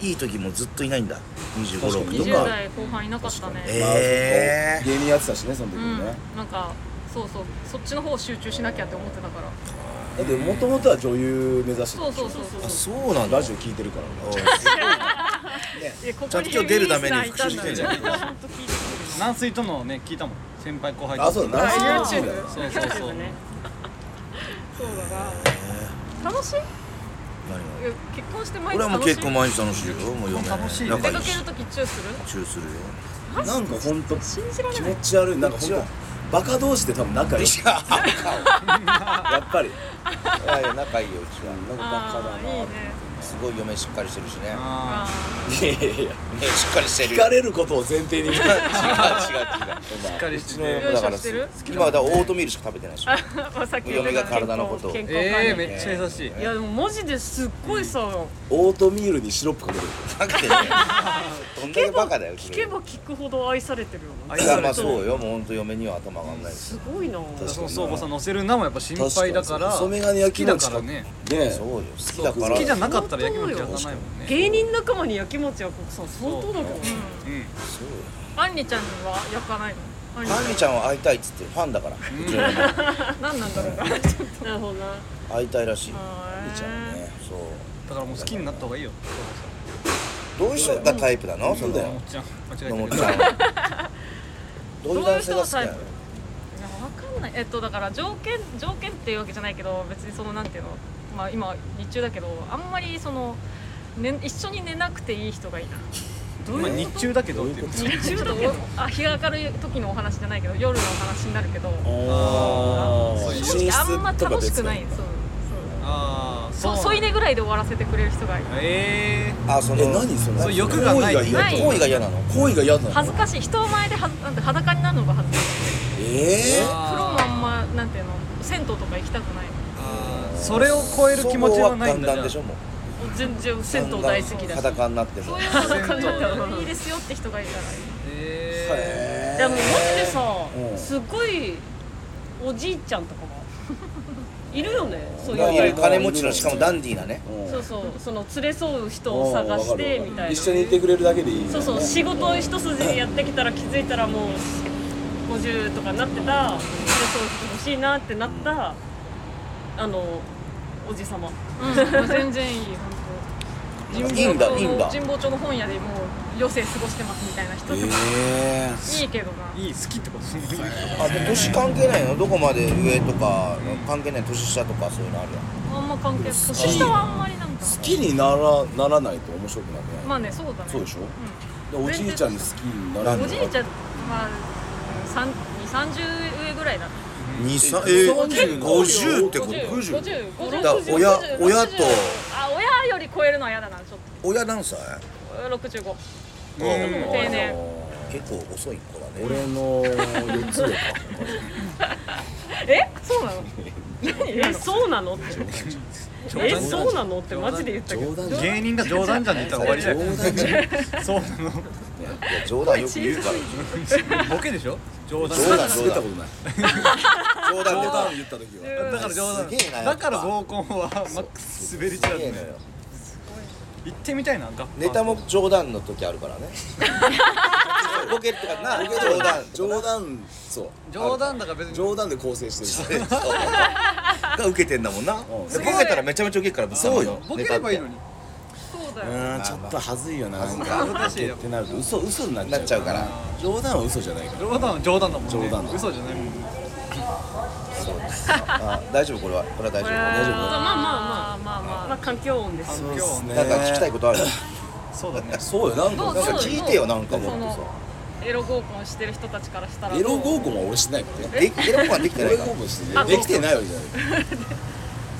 [SPEAKER 1] いい時もずっといないんだ2 5
[SPEAKER 4] 確か
[SPEAKER 1] 六
[SPEAKER 4] に
[SPEAKER 1] と
[SPEAKER 2] 20
[SPEAKER 1] か
[SPEAKER 2] 代後半いなかったね
[SPEAKER 1] えへ
[SPEAKER 4] まあ
[SPEAKER 1] ー
[SPEAKER 4] 芸人やってたしねその時
[SPEAKER 2] うん
[SPEAKER 4] にね
[SPEAKER 2] なんかそうそうそっちの方集中しなきゃって思ってたから
[SPEAKER 4] だってもともとは女優目指してた
[SPEAKER 2] そうそうそう
[SPEAKER 1] あ
[SPEAKER 2] そ
[SPEAKER 1] そうなんだ
[SPEAKER 4] ラジオ聞いてるから
[SPEAKER 1] おい
[SPEAKER 3] ういやここ
[SPEAKER 1] ちゃんと
[SPEAKER 3] に
[SPEAKER 1] 今日出るために
[SPEAKER 3] ヘビーリスナー
[SPEAKER 1] 復習してん
[SPEAKER 3] いたんだ
[SPEAKER 1] じゃん
[SPEAKER 3] ちゃんと聞いて
[SPEAKER 5] 軟水とのね聞いたもん先輩後輩
[SPEAKER 4] 俺あそうだ
[SPEAKER 3] あ
[SPEAKER 4] ナース
[SPEAKER 3] YouTube
[SPEAKER 4] だよ
[SPEAKER 5] そうそうそう
[SPEAKER 3] YouTube ね
[SPEAKER 1] 何が
[SPEAKER 2] う楽しいいや結婚して毎日
[SPEAKER 1] 俺はもう
[SPEAKER 2] 楽しい
[SPEAKER 1] 結婚毎日楽しいよもう嫁
[SPEAKER 5] 楽しいね
[SPEAKER 1] 仲
[SPEAKER 2] 出
[SPEAKER 1] い
[SPEAKER 2] か
[SPEAKER 1] い
[SPEAKER 2] け
[SPEAKER 1] し
[SPEAKER 2] る時チューする
[SPEAKER 1] チューするよ
[SPEAKER 4] なんか本当気
[SPEAKER 2] 信じられない
[SPEAKER 4] 持ち悪いなんか本当バカ同士で多 分仲いいやっぱり
[SPEAKER 1] いやいや仲いいようちは
[SPEAKER 4] なんかバカだ
[SPEAKER 2] ああ
[SPEAKER 4] ない
[SPEAKER 2] いね
[SPEAKER 4] うん
[SPEAKER 1] すごい嫁しっかりしてるしね
[SPEAKER 5] あ
[SPEAKER 2] あ
[SPEAKER 4] いやいやいや
[SPEAKER 1] ねしっかりしてる
[SPEAKER 4] 聞
[SPEAKER 1] よ
[SPEAKER 4] かれることを前提に
[SPEAKER 1] 違う違う違う
[SPEAKER 5] ーしっかりして
[SPEAKER 1] う
[SPEAKER 5] て
[SPEAKER 1] ちのだから
[SPEAKER 2] してる
[SPEAKER 1] 今はだからオートミールしか食べてないでしょ
[SPEAKER 2] ーまあさっき
[SPEAKER 1] 嫁が体のことを
[SPEAKER 3] 健康管理
[SPEAKER 5] えー、めっちゃ優しい
[SPEAKER 3] いやでもマジですっごいさ、
[SPEAKER 4] オートミールにシロップかけてる
[SPEAKER 1] なくてねどんだけバカだよ
[SPEAKER 3] 聞けば聞くほど愛されてるよな
[SPEAKER 5] 愛
[SPEAKER 1] い
[SPEAKER 5] さ
[SPEAKER 1] や
[SPEAKER 5] れて
[SPEAKER 1] ま
[SPEAKER 5] る
[SPEAKER 1] あそうよもうほんと嫁には頭が上がんないです
[SPEAKER 3] すごいな
[SPEAKER 4] 確
[SPEAKER 5] その相互さん乗せるのもやっぱ心配だ
[SPEAKER 4] 確か
[SPEAKER 5] から
[SPEAKER 4] に細メガネ
[SPEAKER 5] 好
[SPEAKER 4] 焼
[SPEAKER 5] き
[SPEAKER 4] き
[SPEAKER 5] だ
[SPEAKER 4] 餅
[SPEAKER 5] からね
[SPEAKER 4] ね
[SPEAKER 1] そうよ好き
[SPEAKER 5] そう
[SPEAKER 1] だから
[SPEAKER 5] 好きじゃなかったら焼きもち焼かないもんね
[SPEAKER 3] 芸人仲間にやきもちやこさん相当だけどね
[SPEAKER 5] うん
[SPEAKER 2] アンニちゃんは焼かないのアンニ
[SPEAKER 1] アンリちゃんは会いたいっつってファンだからうちの嫁
[SPEAKER 2] 何なんだろうな
[SPEAKER 3] なるほどな
[SPEAKER 1] 会いたいらしい
[SPEAKER 2] あ
[SPEAKER 1] アンリちゃんはねそう
[SPEAKER 5] だからもう好きになった方がいいよ
[SPEAKER 1] どういう人がタイプなのそ
[SPEAKER 5] そう
[SPEAKER 1] の
[SPEAKER 5] だよもっちゃん
[SPEAKER 1] 野
[SPEAKER 5] 間違え
[SPEAKER 1] 本
[SPEAKER 5] て
[SPEAKER 1] ちゃ
[SPEAKER 5] る
[SPEAKER 1] んはどういう男性が好き
[SPEAKER 2] どう
[SPEAKER 1] なの
[SPEAKER 2] いう人がタイプいやわかんないえっとだから条件条件っていうわけじゃないけど別にそのなんていうのまあ今日中だけどあんまりその、ね、一緒に寝なくていい人がいいな
[SPEAKER 5] どういうことまあ日中だけどっていう
[SPEAKER 2] 日中だけどあ日が明るい時のお話じゃないけど夜のお話になるけど
[SPEAKER 4] あ
[SPEAKER 5] そうい
[SPEAKER 4] ー
[SPEAKER 5] う寝
[SPEAKER 2] 正
[SPEAKER 4] 寝
[SPEAKER 2] 直あんま
[SPEAKER 4] 室とか
[SPEAKER 2] 楽し
[SPEAKER 4] 別
[SPEAKER 2] く
[SPEAKER 4] な
[SPEAKER 2] なんい
[SPEAKER 4] だ
[SPEAKER 2] そう
[SPEAKER 5] ああ
[SPEAKER 2] そうそ
[SPEAKER 5] な
[SPEAKER 2] 添
[SPEAKER 5] ん
[SPEAKER 2] い
[SPEAKER 5] だ
[SPEAKER 2] 寝ぐらいで終わらせてくれる人がいい
[SPEAKER 5] え
[SPEAKER 1] あその
[SPEAKER 4] え何それ
[SPEAKER 5] そう欲がない
[SPEAKER 4] 行為が
[SPEAKER 2] ない
[SPEAKER 4] 嫌
[SPEAKER 1] 行為が嫌なの
[SPEAKER 4] 行為が嫌なの
[SPEAKER 2] 恥ずかしい人前ではずなんて裸になるのが恥ずかしい
[SPEAKER 4] え
[SPEAKER 5] え
[SPEAKER 4] え
[SPEAKER 5] ー
[SPEAKER 2] 風呂もあんまなんていうの銭湯とか行きたくない
[SPEAKER 5] あーそれを超える気持ちはない
[SPEAKER 1] そこはだ
[SPEAKER 5] ん
[SPEAKER 1] ん
[SPEAKER 5] だ
[SPEAKER 1] だんでし
[SPEAKER 5] じゃ
[SPEAKER 1] ょもう
[SPEAKER 3] 全然銭湯大好きだし
[SPEAKER 1] 裸になっても
[SPEAKER 2] そういう裸になっていいですよって人がいたらいい
[SPEAKER 5] あへ
[SPEAKER 3] いやもうマジでさ、
[SPEAKER 4] うん
[SPEAKER 3] すごいおじいちゃん とかもいるよねそう
[SPEAKER 1] いやい
[SPEAKER 3] い
[SPEAKER 1] や
[SPEAKER 3] う
[SPEAKER 1] 金持ちのしかもダンディーなね
[SPEAKER 4] うん
[SPEAKER 3] そうそうその連れ添う人を探してみたいな
[SPEAKER 4] 一緒にいてくれるだけでいい
[SPEAKER 3] そうそう仕事を一筋でやってきたら気づいたらもう50とかになってたでそういう人欲しいなってなったあのおじさま
[SPEAKER 2] うん、全然いい、
[SPEAKER 1] い
[SPEAKER 2] 本当。
[SPEAKER 1] いんだいいんだ
[SPEAKER 2] 神保町の本屋でもう余生過ごしてますみたいな人とか、
[SPEAKER 4] え
[SPEAKER 2] いいけどな。
[SPEAKER 5] いい好きってこと
[SPEAKER 1] あでも年関係ないのどこまで上とか関係ない年下とかそういうのあるやん
[SPEAKER 2] あんま関係ない。年下はあんまりなんか。
[SPEAKER 4] 好きにならならないと面白くなくない、
[SPEAKER 2] まあね、そうだね。
[SPEAKER 4] そうでしょ
[SPEAKER 2] う
[SPEAKER 4] でおじいちゃんに好きになら
[SPEAKER 2] ん。
[SPEAKER 4] ない
[SPEAKER 2] おじいちゃんは三二三十上ぐらいだ。
[SPEAKER 1] 二三
[SPEAKER 4] え
[SPEAKER 1] ー50ってこと
[SPEAKER 2] 五十五十五十
[SPEAKER 1] だから親親と
[SPEAKER 2] あ親より超えるのは嫌だなちょっ
[SPEAKER 1] 親何歳
[SPEAKER 2] と六十五
[SPEAKER 5] うん
[SPEAKER 2] 定年
[SPEAKER 1] 結構遅い子だね
[SPEAKER 4] 俺の4つ上か
[SPEAKER 2] えそうなの
[SPEAKER 3] えそうなのってえそうなのってマジで言ったけど
[SPEAKER 4] 冗談じゃんい
[SPEAKER 5] 芸人が冗談じゃねえったら終わりだよ
[SPEAKER 4] 冗談じゃん
[SPEAKER 5] そうなの
[SPEAKER 1] いや冗談よく言うから
[SPEAKER 5] ボケでしょ 冗談
[SPEAKER 1] 冗談
[SPEAKER 4] 作ったことない
[SPEAKER 1] 冗談
[SPEAKER 4] 冗談
[SPEAKER 1] で
[SPEAKER 4] 言った時は
[SPEAKER 5] だから冗談
[SPEAKER 1] すげえなやっぱ
[SPEAKER 5] だから合コンはマックス滑り散ら
[SPEAKER 1] す
[SPEAKER 5] ず
[SPEAKER 1] げえのよ
[SPEAKER 5] 行ってみたいなガッパー
[SPEAKER 1] ネタも冗談の時あるから ねボケとかな冗談
[SPEAKER 4] 冗談そう
[SPEAKER 5] 冗談だから別に
[SPEAKER 4] 冗談で構成してる
[SPEAKER 1] が受けてんだもんな
[SPEAKER 4] うん
[SPEAKER 1] でボケたらめちゃめちゃ受けるからそうよ
[SPEAKER 5] ボケればいいのに
[SPEAKER 2] そうだ
[SPEAKER 4] う
[SPEAKER 2] よ。
[SPEAKER 4] んちょっと恥ずいよななんか
[SPEAKER 5] 恥ずかしいよ
[SPEAKER 4] ってなると嘘嘘になっちゃう
[SPEAKER 1] なっちゃうから
[SPEAKER 4] 冗談は嘘じゃないから
[SPEAKER 5] 冗談は冗談だもんね
[SPEAKER 4] 冗談だ
[SPEAKER 5] 嘘じゃないもん
[SPEAKER 1] あ大丈夫これはこれは大丈夫大丈
[SPEAKER 3] まあまあまあ
[SPEAKER 2] あまあまあ
[SPEAKER 3] まあ環境音です
[SPEAKER 5] 環境音ね
[SPEAKER 1] 夫なんか聞きたいことある
[SPEAKER 5] そうだね
[SPEAKER 4] そうよなん
[SPEAKER 2] ど
[SPEAKER 4] か
[SPEAKER 2] う
[SPEAKER 1] なんか聞いてよなんかもっとさ
[SPEAKER 2] エロ合コンしてる人たちからしたら
[SPEAKER 4] エロ合コンは俺してないからね
[SPEAKER 1] でエロコはできて
[SPEAKER 4] エ
[SPEAKER 1] ない
[SPEAKER 4] ロ
[SPEAKER 1] か
[SPEAKER 4] 合
[SPEAKER 1] ら
[SPEAKER 4] コンしてないできてないわけじゃない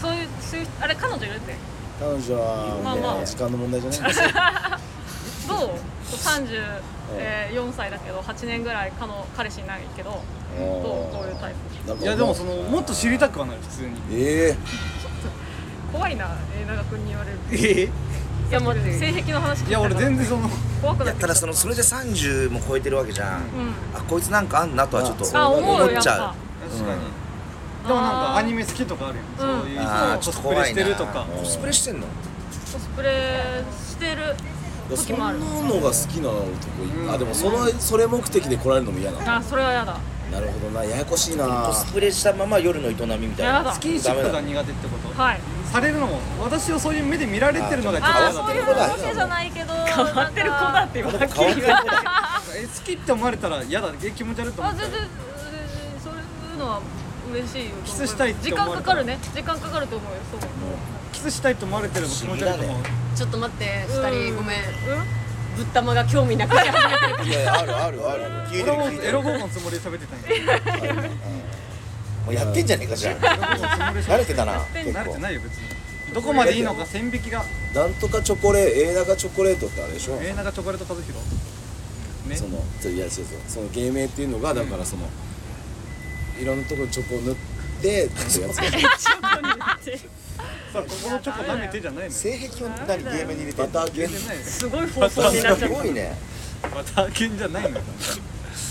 [SPEAKER 2] そういうそういうあれ彼女いるって
[SPEAKER 4] 彼女は、
[SPEAKER 2] まあまあ
[SPEAKER 4] 時間の問題じゃない
[SPEAKER 2] どう34歳だけど8年ぐらい彼の彼氏いないけどどうどういうタイプ
[SPEAKER 4] なんか
[SPEAKER 5] いやでもそのもっと知りたくはなる普通に
[SPEAKER 4] え
[SPEAKER 2] 怖いな永長君に言われる
[SPEAKER 5] え
[SPEAKER 3] いや待って
[SPEAKER 2] 性癖の話聞い
[SPEAKER 5] いや俺
[SPEAKER 2] たから
[SPEAKER 5] 全然その
[SPEAKER 2] 怖く
[SPEAKER 1] い
[SPEAKER 2] なっ
[SPEAKER 1] や
[SPEAKER 2] てき
[SPEAKER 1] ただそのそれで30も超えてるわけじゃん、
[SPEAKER 2] うん
[SPEAKER 1] あこいつなんかあんなとはちょっと
[SPEAKER 4] あ
[SPEAKER 2] あ思うよ
[SPEAKER 1] 思
[SPEAKER 2] や
[SPEAKER 1] っ
[SPEAKER 2] っ
[SPEAKER 1] ちゃ
[SPEAKER 2] ぱ
[SPEAKER 1] う
[SPEAKER 5] 確かにでもなんかアニメ好きとかあるよねそう
[SPEAKER 2] うん
[SPEAKER 5] いう
[SPEAKER 1] あー
[SPEAKER 5] コスプレしてるとか
[SPEAKER 1] コスプレしてんの
[SPEAKER 2] コスプレしてる
[SPEAKER 4] えそ
[SPEAKER 2] 時
[SPEAKER 4] ん
[SPEAKER 2] もあ
[SPEAKER 4] な
[SPEAKER 2] る
[SPEAKER 4] のが好きな男いあでもそのそれ目的で来られるのも嫌なの
[SPEAKER 2] あそれはやだ
[SPEAKER 4] なるほどなややこしいな
[SPEAKER 1] コスプレしたまま夜の営みみたい
[SPEAKER 2] や
[SPEAKER 1] な
[SPEAKER 2] だ
[SPEAKER 5] スキンシップ
[SPEAKER 1] ダ
[SPEAKER 5] が
[SPEAKER 1] メ
[SPEAKER 5] 苦手ってこと
[SPEAKER 2] はい
[SPEAKER 5] されるのも私をそういう目で見られてるのがちょっと
[SPEAKER 2] あ
[SPEAKER 5] 嫌
[SPEAKER 2] あ
[SPEAKER 5] だっ
[SPEAKER 2] そう
[SPEAKER 5] た
[SPEAKER 2] いう話じゃないけど
[SPEAKER 3] 変わってる子だって
[SPEAKER 1] だ
[SPEAKER 3] は
[SPEAKER 1] でも
[SPEAKER 3] っき
[SPEAKER 1] 可愛
[SPEAKER 3] り
[SPEAKER 1] く
[SPEAKER 3] 言
[SPEAKER 1] ない
[SPEAKER 3] わ
[SPEAKER 1] 子だよ
[SPEAKER 5] え好きって思われたら嫌だえ気持ち悪いと思
[SPEAKER 2] あ
[SPEAKER 5] っ
[SPEAKER 2] 全
[SPEAKER 5] た
[SPEAKER 2] 然
[SPEAKER 5] ら
[SPEAKER 2] えーそういうのは嬉しいよ
[SPEAKER 5] キスしたいって
[SPEAKER 2] 時
[SPEAKER 5] 思わ
[SPEAKER 2] 間
[SPEAKER 5] れ
[SPEAKER 2] か
[SPEAKER 5] た
[SPEAKER 2] からるね時間かかると思うよそう
[SPEAKER 5] キスしたいと思われてるの気持ち悪いと思う
[SPEAKER 6] ちょっと待って二人ごめん
[SPEAKER 3] ぶったまが興味なくて
[SPEAKER 1] いやいやあるあるある聞いて
[SPEAKER 5] 俺
[SPEAKER 1] る
[SPEAKER 5] も
[SPEAKER 1] 聞いて
[SPEAKER 5] エ
[SPEAKER 1] る
[SPEAKER 5] ロ
[SPEAKER 1] も
[SPEAKER 5] 合コンのつもりで喋ってたんや
[SPEAKER 1] うやってんじゃねえかじゃあ
[SPEAKER 5] エロ合コンのつもりで喋
[SPEAKER 1] 慣れてたな
[SPEAKER 5] 慣れ
[SPEAKER 1] 結
[SPEAKER 5] て
[SPEAKER 1] 構
[SPEAKER 5] ないよ別にどこまでいいのか線引きが
[SPEAKER 4] なんとかチョコレート、A 長チョコレートってあれでしょ、
[SPEAKER 5] 永永チョコレート和弘ね
[SPEAKER 4] そのちょいや違う違うその芸名っていうのがだからその、いろんなところにチョコを塗ってって やつ
[SPEAKER 5] さあここのチョコ舐めてじゃないのよ
[SPEAKER 1] 性癖を何ゲームに入れて
[SPEAKER 4] バター
[SPEAKER 5] 入れ
[SPEAKER 4] 系
[SPEAKER 5] てないのよ
[SPEAKER 3] すごい放送になっちゃ
[SPEAKER 1] す
[SPEAKER 3] っ
[SPEAKER 1] ごいね
[SPEAKER 5] バター犬じゃないのよ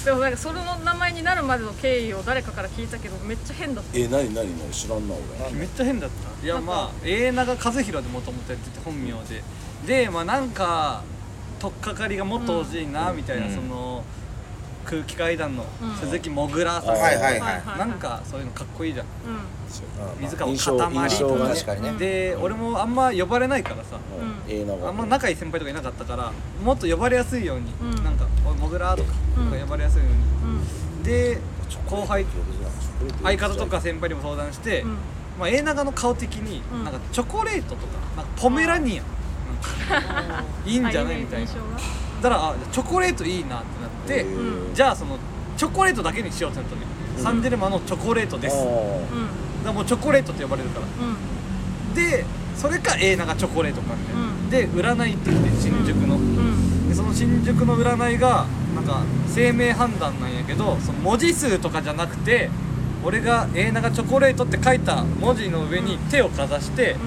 [SPEAKER 2] でもなんかその名前になるまでの経緯を誰かから聞いたけどめっちゃ変だった
[SPEAKER 4] え何何何知らんな俺
[SPEAKER 5] めっちゃ変だったいやまあ永永和弘でもともとやってて本名ででまあなんか取っかかりがもっと欲しいなみたいな、
[SPEAKER 1] うん
[SPEAKER 5] その空気階段の
[SPEAKER 2] うん
[SPEAKER 5] 鈴木もぐらさん、
[SPEAKER 4] あ
[SPEAKER 1] はいはいはい
[SPEAKER 5] なんかそういうのかっこいいじゃん
[SPEAKER 2] う
[SPEAKER 5] 水
[SPEAKER 4] まあ
[SPEAKER 5] 川
[SPEAKER 4] 印象
[SPEAKER 5] かたまり
[SPEAKER 4] 印象がね
[SPEAKER 1] 確かにね
[SPEAKER 5] で、俺もあんま呼ばれないからさ、
[SPEAKER 4] う
[SPEAKER 2] うん
[SPEAKER 4] ん A 長
[SPEAKER 5] あんま仲いい先輩とかいなかったからもっと呼ばれやすいように、
[SPEAKER 2] うん
[SPEAKER 5] なんか「おいもぐら」とか、
[SPEAKER 2] うん
[SPEAKER 5] なんか呼ばれやすいようん
[SPEAKER 2] うん
[SPEAKER 5] にで後輩相方とか
[SPEAKER 4] チ
[SPEAKER 5] 先輩にも相談して、
[SPEAKER 2] うん
[SPEAKER 5] まあ、A 長の顔的に、
[SPEAKER 2] うん
[SPEAKER 5] なんかチョコレートとかなんかポメラニアン、いいんじゃないみた
[SPEAKER 2] あ
[SPEAKER 5] いなだ
[SPEAKER 2] 印象が
[SPEAKER 5] からあチョコレートいいなってなって、
[SPEAKER 2] うん
[SPEAKER 5] じゃあそのチョコレートだけにしようってなったのよ、サンジェルマのチョコレートですだか
[SPEAKER 2] うん
[SPEAKER 5] らもうチョコレートって呼ばれるから
[SPEAKER 2] うん
[SPEAKER 5] でそれか A 長チョコレートかみたいな、
[SPEAKER 2] うん
[SPEAKER 5] で占い行ってきて新宿の、
[SPEAKER 2] うん
[SPEAKER 5] でその新宿の占いがなんか生命判断なんやけどその文字数とかじゃなくて俺が「永長チョコレート」って書いた文字の上に手をかざして
[SPEAKER 2] うん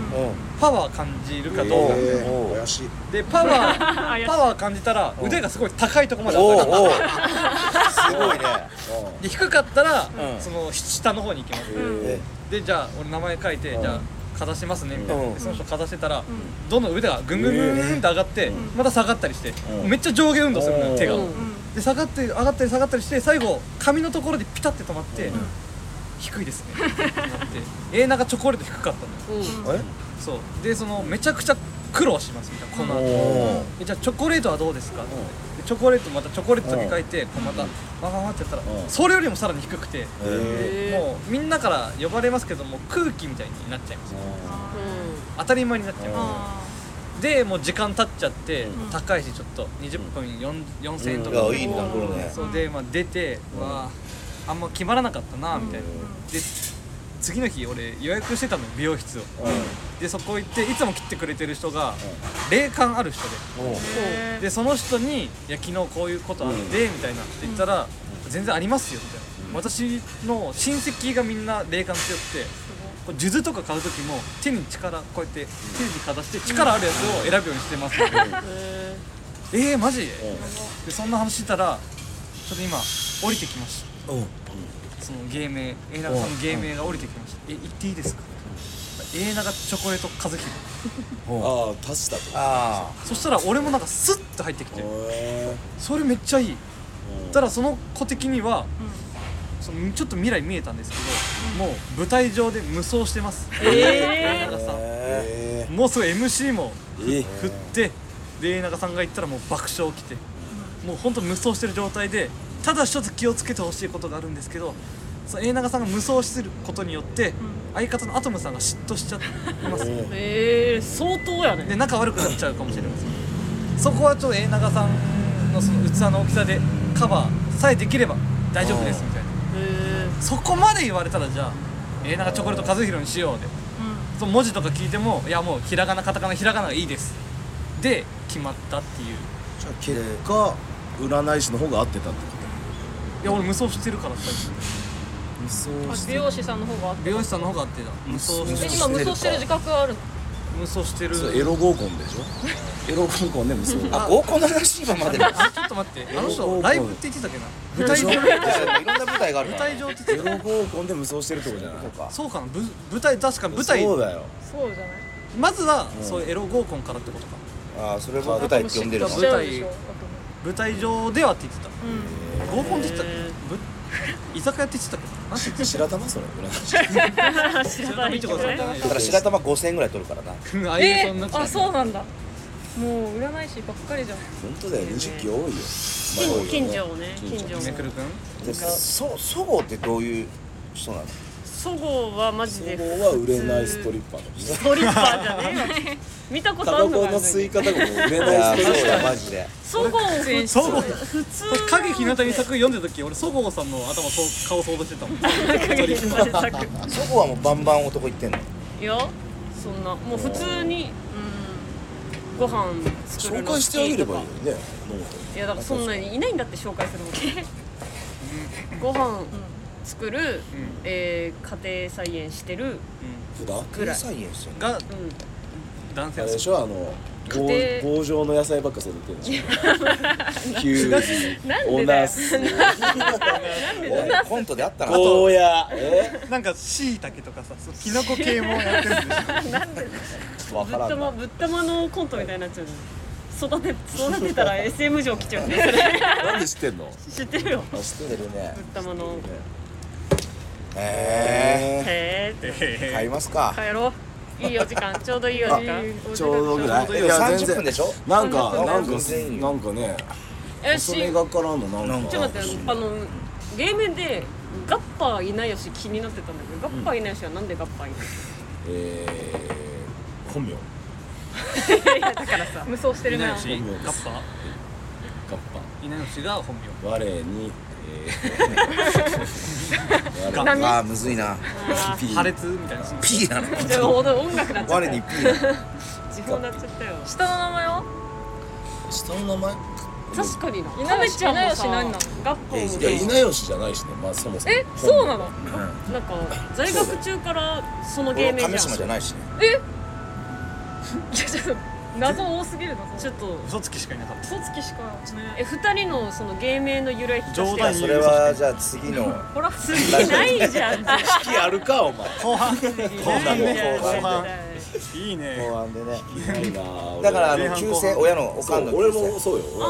[SPEAKER 5] パワー感じるかどうかみたいな、
[SPEAKER 1] おう
[SPEAKER 4] 怪しい
[SPEAKER 5] でパワー
[SPEAKER 2] 怪しい
[SPEAKER 5] パワー感じたら腕がすごい高いとこまで
[SPEAKER 1] お
[SPEAKER 5] 上
[SPEAKER 1] う
[SPEAKER 5] がる
[SPEAKER 1] おうすごいね
[SPEAKER 5] で低かったら、
[SPEAKER 1] うん
[SPEAKER 5] その下の方に行きます、
[SPEAKER 1] え
[SPEAKER 5] でじゃあ俺名前書いて、
[SPEAKER 4] うん
[SPEAKER 5] じゃあかざしますねみたいな、
[SPEAKER 1] うん
[SPEAKER 5] でその人かざしてたら、どんどん腕がぐんぐんぐんぐんって上がって、また下がったりして、
[SPEAKER 4] うん
[SPEAKER 5] めっちゃ上下運動するのよ手が、
[SPEAKER 4] うん
[SPEAKER 2] う
[SPEAKER 5] で下がって上がったり下がったりして最後髪のところでピタって止まって、低いですねってなって A 長チョコレート低かったのよそうでそのめちゃくちゃ苦労しますみたいなこの後
[SPEAKER 1] おう
[SPEAKER 5] えじゃあチョコレートはどうですか?」ってでチョコレートまたチョコレートだけ書いてこうまた「わわわ」ってやったら
[SPEAKER 4] うん
[SPEAKER 5] それよりもさらに低くて
[SPEAKER 1] え
[SPEAKER 5] もうみんなから呼ばれますけどもう空気みたいになっちゃいます
[SPEAKER 3] う
[SPEAKER 5] 当たり前になっちゃいま
[SPEAKER 2] あ
[SPEAKER 5] すでもう時間経っちゃって
[SPEAKER 2] ん
[SPEAKER 5] 高いしちょっと20分4 4000円と
[SPEAKER 1] ーい
[SPEAKER 5] か
[SPEAKER 1] やいいんだこれね
[SPEAKER 5] そうでまあ出てわああんま決まらなかったなみたいなで次の日俺予約してたの美容室をでそこ行っていつも切ってくれてる人が霊感ある人で
[SPEAKER 1] おう
[SPEAKER 2] ー
[SPEAKER 5] でその人に「いや昨日こういうことあって」みたいなって言ったら「全然ありますよ」みたいな、私の親戚がみんな霊感強くてこう数珠とか買う時も手に力こうやって手にかざして力あるやつを選ぶようにしてます、えー、マジででそんな話してたらちょっと今降りてきました
[SPEAKER 1] おう
[SPEAKER 5] その芸名永長さんの芸名が降りてきましたえ行っていいですか永長チョコレート和弘
[SPEAKER 4] ああ足したと
[SPEAKER 1] あ
[SPEAKER 5] そしたら俺もなんかスッと入ってきて
[SPEAKER 4] へ
[SPEAKER 5] それめっちゃいい
[SPEAKER 4] うん
[SPEAKER 5] ただその子的には、そのちょっと未来見えたんですけど、もう舞台上で無双してますえ永さん
[SPEAKER 4] え
[SPEAKER 5] もうすぐ MC も
[SPEAKER 4] え
[SPEAKER 5] 振ってで永さんが言ったらもう爆笑起きてもうほんと無双してる状態でただ一つ気をつけてほしいことがあるんですけどその永長さんが無双することによって、相方のアトムさんが嫉妬しちゃってます
[SPEAKER 3] んえー、相当やね
[SPEAKER 5] で仲悪くなっちゃうかもしれませんそこはちょっと永長さんのその器の大きさでカバーさえできれば大丈夫ですみたいなそこまで言われたらじゃあ永長チョコレート和弘にしようでその文字とか聞いてもいやもうひらがなカタカナひらがながいいですで決まったっていう
[SPEAKER 4] じゃあ結果占い師の方が合ってたってこ
[SPEAKER 5] いや俺無双してるからさ
[SPEAKER 4] とそう
[SPEAKER 2] 美容師さんの方が
[SPEAKER 5] 美容師さんの方が合ってた無双して
[SPEAKER 2] え
[SPEAKER 5] る
[SPEAKER 2] 今無双してる自覚あるの
[SPEAKER 5] 無双してる
[SPEAKER 4] そうエロ合コンでし ょエロ合コンでもそう
[SPEAKER 1] あ合コンの話今までなんです
[SPEAKER 5] あちょっと待ってあの人ライブって言ってたっけな舞台上
[SPEAKER 1] いやいろんな舞台がある
[SPEAKER 5] 舞
[SPEAKER 1] からね
[SPEAKER 5] 台上って言って
[SPEAKER 4] エロ合コンで無双してるってことじゃない
[SPEAKER 1] そうか
[SPEAKER 5] そうかなぶ舞台確か舞台
[SPEAKER 4] そうだよ
[SPEAKER 2] そうじゃない
[SPEAKER 5] まずはそういうエロ合コンからってことか
[SPEAKER 1] ああそれも舞台って呼んでるの
[SPEAKER 5] 舞台舞台上ではって言ってた合コンって言ってたっけぶ居酒屋って言ってたっけ何て言って
[SPEAKER 4] 白玉それ占い師
[SPEAKER 3] 知らないけどね
[SPEAKER 1] だから白玉5000円ぐらい取るからな
[SPEAKER 5] たっけああいう
[SPEAKER 2] え
[SPEAKER 5] そんな
[SPEAKER 2] ーあそうなんだもう占い師ばっかりじゃん
[SPEAKER 4] 本当だよ20期多いよ
[SPEAKER 3] 近近所をね近所
[SPEAKER 5] めくるくん
[SPEAKER 1] でそそごうってどういう人なの
[SPEAKER 3] そごうはマジ
[SPEAKER 4] そこ
[SPEAKER 3] で
[SPEAKER 4] は売れないストリッパーだ
[SPEAKER 3] ストリッパーじゃねえわ見たこ
[SPEAKER 4] タ
[SPEAKER 3] とあ
[SPEAKER 4] バ
[SPEAKER 3] るの
[SPEAKER 4] コ
[SPEAKER 3] か
[SPEAKER 4] の
[SPEAKER 3] な
[SPEAKER 4] 吸い方がもう売れ
[SPEAKER 1] いや
[SPEAKER 4] な
[SPEAKER 1] ー
[SPEAKER 4] いストリ
[SPEAKER 1] そう
[SPEAKER 4] ッパ
[SPEAKER 1] だマ
[SPEAKER 4] ー
[SPEAKER 1] ジで
[SPEAKER 3] そごう普通
[SPEAKER 5] そごう
[SPEAKER 3] 普通
[SPEAKER 5] 影日向に咲く読んでた時俺そごうさんの頭そう顔想像してたもん
[SPEAKER 3] 影日向で咲く
[SPEAKER 1] そごうはもうバンバン男行ってんの
[SPEAKER 3] いやそんなもう普通にご飯作る
[SPEAKER 4] 紹
[SPEAKER 3] の好
[SPEAKER 4] 介してあげ
[SPEAKER 3] き
[SPEAKER 4] れ
[SPEAKER 3] と
[SPEAKER 4] ばい
[SPEAKER 3] か
[SPEAKER 4] いよね
[SPEAKER 3] いやだからそんなにいないんだって紹介するのご飯作る、えー家庭菜園してる、
[SPEAKER 4] 普段
[SPEAKER 1] 家庭菜園してる
[SPEAKER 5] が
[SPEAKER 3] う
[SPEAKER 5] 男
[SPEAKER 4] あ
[SPEAKER 5] 性
[SPEAKER 4] れ
[SPEAKER 5] は
[SPEAKER 4] でしょあの棒
[SPEAKER 3] 家庭
[SPEAKER 4] 棒状の野菜ばっか育てるでしょキュウリ
[SPEAKER 3] ん、なん
[SPEAKER 4] お
[SPEAKER 3] でだ
[SPEAKER 4] ナ
[SPEAKER 3] よ
[SPEAKER 4] ス
[SPEAKER 1] おいコントであったな
[SPEAKER 4] ゴーヤえ
[SPEAKER 5] なんかしいたけとかさそうキノコ系もやってるんでしょ
[SPEAKER 4] わ
[SPEAKER 3] ぶ
[SPEAKER 4] か
[SPEAKER 3] っ
[SPEAKER 4] ら
[SPEAKER 3] た
[SPEAKER 4] ん
[SPEAKER 3] ま
[SPEAKER 4] な
[SPEAKER 3] ぶったまのコントみたいになっちゃうじゃん育て育てたら SM 上来ちゃうねそ
[SPEAKER 4] なんで知ってんの
[SPEAKER 3] れ知ってるよ
[SPEAKER 4] あ知ってるね
[SPEAKER 3] ぶったまの
[SPEAKER 4] へ
[SPEAKER 3] へえ
[SPEAKER 4] え買いますか
[SPEAKER 3] 帰ろういいお時間ちょうどいいお時間
[SPEAKER 4] ちょうどぐらい
[SPEAKER 1] いや30分でしょ
[SPEAKER 4] なん
[SPEAKER 1] 30
[SPEAKER 4] か
[SPEAKER 1] 分
[SPEAKER 4] なんか
[SPEAKER 1] 全然いいよ
[SPEAKER 4] なんかね
[SPEAKER 3] よ
[SPEAKER 4] そ
[SPEAKER 3] し
[SPEAKER 4] れがからのなんか
[SPEAKER 3] ちょっと待ってあのゲームでガッパーいないよし気になってたんだけどガッパーいないしはなんでガッパーいない
[SPEAKER 4] えー本名
[SPEAKER 2] 無双して
[SPEAKER 5] い
[SPEAKER 2] る
[SPEAKER 5] な
[SPEAKER 2] ない
[SPEAKER 5] よしガッパ
[SPEAKER 4] ガッ
[SPEAKER 5] いないよしが本名
[SPEAKER 4] パ我にえー我
[SPEAKER 5] ガ
[SPEAKER 1] ああむずいな
[SPEAKER 3] あ
[SPEAKER 4] ピー
[SPEAKER 5] 破裂みたいなそう
[SPEAKER 1] P なの
[SPEAKER 3] ーでもほんと音楽なっちゃった
[SPEAKER 1] 我に
[SPEAKER 3] よ
[SPEAKER 1] P なの
[SPEAKER 3] 自分なっちゃったよ
[SPEAKER 2] 下の名前は
[SPEAKER 4] 下の名前
[SPEAKER 3] 確かにな
[SPEAKER 2] 稲
[SPEAKER 3] 亀ちゃん
[SPEAKER 2] 稲
[SPEAKER 3] もさ
[SPEAKER 2] 吉何なの
[SPEAKER 3] ガッパーも
[SPEAKER 4] いや稲吉じゃないしねまあそもそも
[SPEAKER 2] えそうなの
[SPEAKER 3] なんか在学中からその芸名じゃん
[SPEAKER 1] 亀島じゃないしね
[SPEAKER 2] いやちょっと謎多すぎるなそ
[SPEAKER 3] ちょ
[SPEAKER 2] の
[SPEAKER 3] っと
[SPEAKER 5] 嘘つきしかいなかった
[SPEAKER 2] 嘘つきしかね
[SPEAKER 3] え二人のその芸名の由来聞かせ
[SPEAKER 5] 冗
[SPEAKER 1] い
[SPEAKER 3] て
[SPEAKER 1] や
[SPEAKER 5] 談
[SPEAKER 1] それはじゃあ次の
[SPEAKER 2] ほらす
[SPEAKER 3] いやないじゃん
[SPEAKER 4] きあるかお前
[SPEAKER 5] 後半
[SPEAKER 4] 後半
[SPEAKER 5] いい
[SPEAKER 4] ね
[SPEAKER 5] ね
[SPEAKER 4] 後
[SPEAKER 5] 半
[SPEAKER 3] 絶
[SPEAKER 5] いいね
[SPEAKER 1] 公安でね
[SPEAKER 4] ないなぁ
[SPEAKER 1] だからあ
[SPEAKER 5] 前
[SPEAKER 1] の
[SPEAKER 5] 半
[SPEAKER 1] 旧
[SPEAKER 5] 後
[SPEAKER 1] 姓
[SPEAKER 5] 半
[SPEAKER 1] 親のおか
[SPEAKER 4] そ
[SPEAKER 1] んの
[SPEAKER 4] う
[SPEAKER 1] 旧
[SPEAKER 4] 俺
[SPEAKER 1] 姓
[SPEAKER 4] もそうよ俺も旧
[SPEAKER 3] あ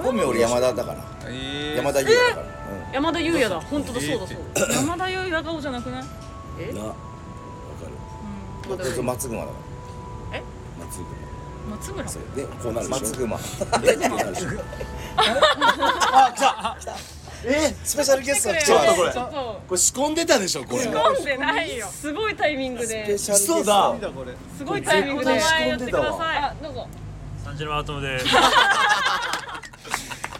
[SPEAKER 3] ー
[SPEAKER 1] 本名俺山田だから
[SPEAKER 5] えー
[SPEAKER 1] 山田優だからうん
[SPEAKER 3] 山田優也だ本当だそうだそうだ
[SPEAKER 2] 山田優長尾じゃなくない
[SPEAKER 3] え
[SPEAKER 4] 姓なわか
[SPEAKER 1] 僕と松熊だか
[SPEAKER 4] る
[SPEAKER 2] 松
[SPEAKER 4] 松
[SPEAKER 2] 村
[SPEAKER 4] 井君でこうな
[SPEAKER 1] ら
[SPEAKER 4] るでしょ
[SPEAKER 1] 松熊
[SPEAKER 4] えこうなるでしょ
[SPEAKER 1] えスペシャルゲストが来
[SPEAKER 4] ちょっとこれ
[SPEAKER 2] ちょっと
[SPEAKER 4] これ仕込んでたでしょこれ
[SPEAKER 2] 飲んでないよ
[SPEAKER 3] すごいタイミングで
[SPEAKER 1] スペシャルゲスト
[SPEAKER 4] 嘘
[SPEAKER 5] 見たこれ
[SPEAKER 3] すごいタイミングで
[SPEAKER 2] お名
[SPEAKER 4] 前言ってくださ
[SPEAKER 2] あどうぞ
[SPEAKER 7] 三十のアトムです。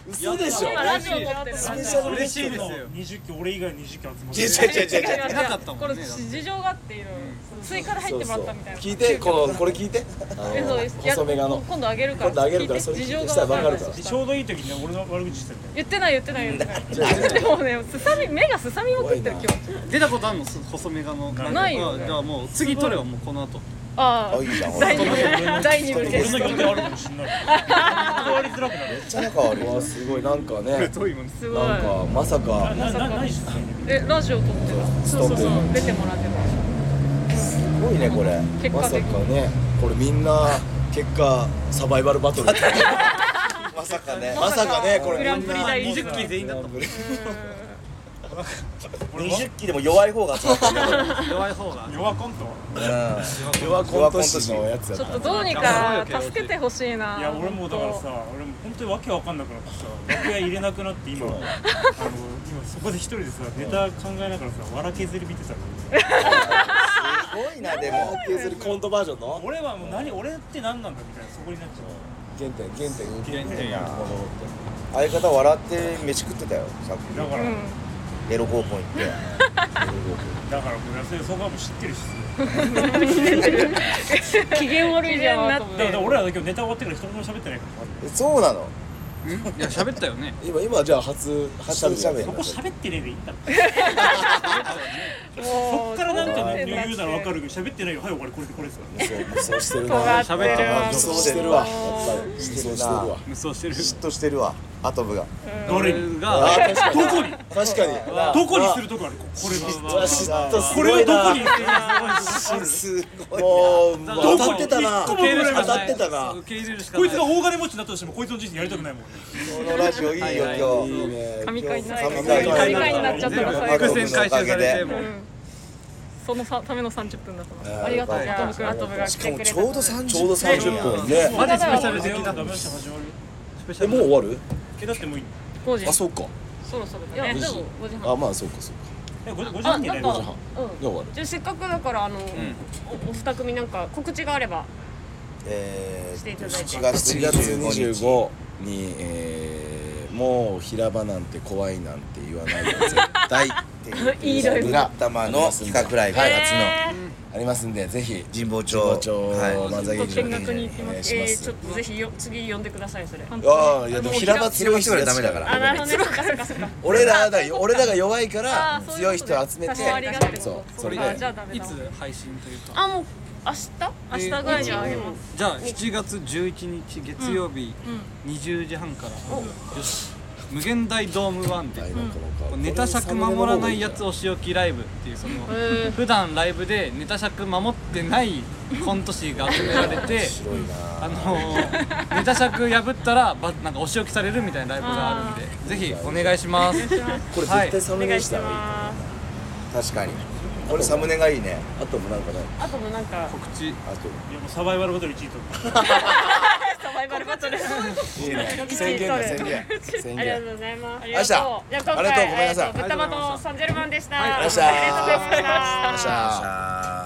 [SPEAKER 4] 嘘でしょ
[SPEAKER 2] 今ラジオ撮ってる
[SPEAKER 4] スペシャルゲ
[SPEAKER 5] 嬉しい
[SPEAKER 4] ス
[SPEAKER 5] で
[SPEAKER 4] ト
[SPEAKER 5] す
[SPEAKER 4] の
[SPEAKER 5] よ
[SPEAKER 7] 二十機俺以外二十機集まって
[SPEAKER 4] 違う
[SPEAKER 7] る。
[SPEAKER 4] 違う違う違う
[SPEAKER 5] なかったもんね
[SPEAKER 2] これ事情があっていろいろ追加で入
[SPEAKER 4] そ
[SPEAKER 2] っ
[SPEAKER 4] う
[SPEAKER 2] てもら
[SPEAKER 4] そ
[SPEAKER 2] っ
[SPEAKER 4] う
[SPEAKER 2] たみたいな
[SPEAKER 4] 聞いてこのこれ聞いてあの
[SPEAKER 2] えそうですいや
[SPEAKER 4] 細めがの
[SPEAKER 2] 今度あげるから
[SPEAKER 4] 今度あげるからそれ聞いてしたらわかるから
[SPEAKER 2] 事
[SPEAKER 7] ち
[SPEAKER 2] 情が
[SPEAKER 7] ょ
[SPEAKER 2] わ
[SPEAKER 7] うどいい時に俺の悪口してる。
[SPEAKER 2] 言ってない言ってない言ってないでもねすさみ目がすさみまくってる今日
[SPEAKER 5] 出たことあるのす細めがの
[SPEAKER 2] ないよね
[SPEAKER 5] じゃあもう次取ればもうこの後
[SPEAKER 2] あ
[SPEAKER 1] あいいじゃんほ
[SPEAKER 2] あ
[SPEAKER 1] ら
[SPEAKER 2] 第二部第二部
[SPEAKER 7] 俺
[SPEAKER 2] ゲ
[SPEAKER 7] の
[SPEAKER 2] ス
[SPEAKER 7] 曲
[SPEAKER 2] ト
[SPEAKER 7] で悪口になる。断りづらくなる。
[SPEAKER 1] めっちゃ仲悪い
[SPEAKER 4] わあすごいなんかね
[SPEAKER 5] 遠いもん
[SPEAKER 2] すごい
[SPEAKER 4] なんかまさか
[SPEAKER 7] なな何してんの？
[SPEAKER 2] えラジオ撮ってたそうそうそう出てもらってた
[SPEAKER 4] すごいねこれ
[SPEAKER 2] 結
[SPEAKER 4] ま
[SPEAKER 2] 果
[SPEAKER 4] さか
[SPEAKER 2] 的に
[SPEAKER 4] ねこれみんな結果サバイバルバトル
[SPEAKER 1] まさかね
[SPEAKER 4] まさかねこ
[SPEAKER 2] グ
[SPEAKER 4] れ
[SPEAKER 2] ランプリ第一
[SPEAKER 5] 20期全員だったもん
[SPEAKER 1] 20期でも弱い方が集まってるね
[SPEAKER 5] 弱い方が
[SPEAKER 7] 弱コント。
[SPEAKER 4] 弱コント師のやつや
[SPEAKER 2] ちょ
[SPEAKER 4] な
[SPEAKER 2] っとどうにか助けてほしいない
[SPEAKER 7] や俺もだからさ、俺も本当にわけわかんなくなってさ、楽屋入れなくなって今、あの今そこで一人でさネタ考えながらさ、笑削り見てたから。
[SPEAKER 1] すごいなでも
[SPEAKER 4] 削りコントバージョンの
[SPEAKER 7] 俺はもう何俺って何なんだみたいなそこになっちゃう。
[SPEAKER 4] 原点原点
[SPEAKER 5] 原点や
[SPEAKER 1] 相方笑って飯食ってたよさっき
[SPEAKER 7] だから、
[SPEAKER 2] うん
[SPEAKER 1] エロ高校行って
[SPEAKER 7] だからもう安いそこはもう知ってるしさ。
[SPEAKER 3] 機嫌悪いじゃんアトム
[SPEAKER 7] だから俺らだけどネタ終わってから一言も喋ってないから。
[SPEAKER 1] えそうなの
[SPEAKER 5] いや喋ったよね
[SPEAKER 4] 今今じゃあ初初
[SPEAKER 1] 初喋り
[SPEAKER 7] そこ喋ってねえでいいんだって。
[SPEAKER 2] も
[SPEAKER 7] こ
[SPEAKER 2] う
[SPEAKER 7] っからなんかね
[SPEAKER 2] どうなってんだって
[SPEAKER 7] 余裕ならわかるけど喋ってないよはい終わりこれでこれですからね
[SPEAKER 4] そう無双してるな
[SPEAKER 2] 尖
[SPEAKER 4] 無
[SPEAKER 2] ってる
[SPEAKER 5] 喋って
[SPEAKER 2] わ
[SPEAKER 5] ま
[SPEAKER 4] 双
[SPEAKER 5] す
[SPEAKER 4] してるわやっ
[SPEAKER 2] も
[SPEAKER 4] ぱり無双してるわ
[SPEAKER 5] 無双してる
[SPEAKER 1] 嫉妬してるわアトムが
[SPEAKER 7] 誰に
[SPEAKER 5] 俺
[SPEAKER 4] あ
[SPEAKER 5] が
[SPEAKER 4] ー確かに
[SPEAKER 7] どこに
[SPEAKER 4] 確かに
[SPEAKER 7] どこにするとこあるここれ
[SPEAKER 4] う
[SPEAKER 7] は
[SPEAKER 4] わ嫉妬す
[SPEAKER 7] これ
[SPEAKER 4] ご
[SPEAKER 7] を
[SPEAKER 4] い
[SPEAKER 7] どこ
[SPEAKER 4] な
[SPEAKER 7] にするとこある
[SPEAKER 1] すごい
[SPEAKER 4] もう当
[SPEAKER 5] どこ
[SPEAKER 4] たってたな
[SPEAKER 7] 一個
[SPEAKER 4] 当
[SPEAKER 7] も俺ら
[SPEAKER 4] たってたな
[SPEAKER 5] 受け入れるしか
[SPEAKER 7] こ
[SPEAKER 5] ない
[SPEAKER 7] いつが大金持ちになったとしてもこいつの人生やりたくないもん
[SPEAKER 1] このラジオいいよ
[SPEAKER 5] はい
[SPEAKER 1] 今
[SPEAKER 4] い
[SPEAKER 1] 日
[SPEAKER 4] いね
[SPEAKER 2] 神回になっ
[SPEAKER 1] 神
[SPEAKER 2] 神
[SPEAKER 1] 回
[SPEAKER 2] 回になっちゃったら最後
[SPEAKER 5] 伏線回収されても
[SPEAKER 2] うんそのさための30分だった
[SPEAKER 4] あ
[SPEAKER 2] の
[SPEAKER 4] ー
[SPEAKER 2] ありがとう
[SPEAKER 4] はい
[SPEAKER 2] アトム君アトムが来
[SPEAKER 1] しか
[SPEAKER 2] て
[SPEAKER 1] も
[SPEAKER 2] くれ
[SPEAKER 1] ち
[SPEAKER 2] た
[SPEAKER 1] ょうど30
[SPEAKER 4] ちょうど三十分ね
[SPEAKER 5] マジスペシャル
[SPEAKER 7] 俺
[SPEAKER 5] 的だ
[SPEAKER 7] ダメ出し始まるよ
[SPEAKER 5] スペシャ
[SPEAKER 4] え
[SPEAKER 5] ル
[SPEAKER 4] もう終わる
[SPEAKER 7] えだってもういい
[SPEAKER 2] 5時
[SPEAKER 4] あそうか
[SPEAKER 2] そろそろ
[SPEAKER 3] い
[SPEAKER 2] だ
[SPEAKER 3] やで
[SPEAKER 2] ね
[SPEAKER 3] も5時半
[SPEAKER 4] あまあそうかそうか
[SPEAKER 7] えごご時
[SPEAKER 3] あ
[SPEAKER 7] 半に
[SPEAKER 3] なん
[SPEAKER 7] ね
[SPEAKER 3] かう
[SPEAKER 4] 時半
[SPEAKER 3] ん
[SPEAKER 4] じゃあ終わる
[SPEAKER 3] じゃあせっかくだからあのおお二組なんか告知があれば
[SPEAKER 1] えー
[SPEAKER 3] していただいて
[SPEAKER 1] 7月
[SPEAKER 4] 7月
[SPEAKER 1] 25日
[SPEAKER 4] 25に、えーもう平場なんて怖いなんて言わないよ絶対
[SPEAKER 1] 大
[SPEAKER 3] いいライブ
[SPEAKER 1] ブラッタマの企画ライブ
[SPEAKER 3] は
[SPEAKER 1] 開
[SPEAKER 3] い
[SPEAKER 1] 発の
[SPEAKER 4] ありますんでぜひ
[SPEAKER 1] 神保町
[SPEAKER 4] 神保町
[SPEAKER 1] はい
[SPEAKER 4] 漫才劇場
[SPEAKER 2] 見学に行き
[SPEAKER 4] お
[SPEAKER 2] ま
[SPEAKER 4] 願い
[SPEAKER 2] す
[SPEAKER 4] し
[SPEAKER 3] え
[SPEAKER 4] ま
[SPEAKER 3] ー、ちょ
[SPEAKER 4] す
[SPEAKER 3] っとぜひよ次呼んでくださいそれ。
[SPEAKER 2] 本
[SPEAKER 4] あ
[SPEAKER 2] 当
[SPEAKER 4] あ
[SPEAKER 2] に
[SPEAKER 4] いやでも
[SPEAKER 2] あの
[SPEAKER 4] 平場
[SPEAKER 1] 平
[SPEAKER 4] 強
[SPEAKER 1] 場
[SPEAKER 4] い
[SPEAKER 1] 一
[SPEAKER 4] 人
[SPEAKER 1] 人
[SPEAKER 4] や
[SPEAKER 1] ダメだから
[SPEAKER 2] あなる ほどねそっかそっかそっか
[SPEAKER 4] 俺らだ俺らが弱いか
[SPEAKER 2] あ
[SPEAKER 4] ら
[SPEAKER 2] ーそういう
[SPEAKER 4] 強い
[SPEAKER 2] ことだ
[SPEAKER 4] 人集めて
[SPEAKER 2] 関わりがあって
[SPEAKER 4] そ
[SPEAKER 2] こ
[SPEAKER 4] う
[SPEAKER 2] と
[SPEAKER 4] それ
[SPEAKER 2] あ
[SPEAKER 4] で
[SPEAKER 2] じゃあダメ
[SPEAKER 5] い
[SPEAKER 2] だ
[SPEAKER 5] つ配信というか
[SPEAKER 3] あもう明日
[SPEAKER 2] 明日ぐらいにはあげます
[SPEAKER 5] じゃあ7月11日月曜日20時半からよし無限大ドームワンで
[SPEAKER 4] はいなんかなんか
[SPEAKER 5] ネタ尺守らないやつお仕置きライブっていうその普段ライブでネタ尺守ってないコント師が集められて
[SPEAKER 4] 白いな
[SPEAKER 5] あのーネタ尺破ったらばなんかお仕置きされるみたいなライブがあるんでぜひお願いします
[SPEAKER 4] これ絶対サムネにしたらいい
[SPEAKER 1] 確かにこれサムネがいいね
[SPEAKER 4] あともなんかない
[SPEAKER 3] あともなんか
[SPEAKER 5] 告
[SPEAKER 4] あ
[SPEAKER 5] 知
[SPEAKER 4] と
[SPEAKER 7] いやもうサバイバルバトル1位とか
[SPEAKER 3] サバイバルバトル。
[SPEAKER 4] いいね宣言だ宣言 宣
[SPEAKER 3] ありがと
[SPEAKER 4] 言
[SPEAKER 3] うございます。あり
[SPEAKER 4] がとう
[SPEAKER 3] じゃあ
[SPEAKER 4] あ
[SPEAKER 3] 今
[SPEAKER 4] りがとうごめん
[SPEAKER 3] 回、
[SPEAKER 4] なさ
[SPEAKER 3] えっ
[SPEAKER 4] い
[SPEAKER 3] と、豚まとサンジェルマンでした。
[SPEAKER 4] ありがとうございました
[SPEAKER 3] ありがとうございました
[SPEAKER 4] よっしゃー
[SPEAKER 1] さあ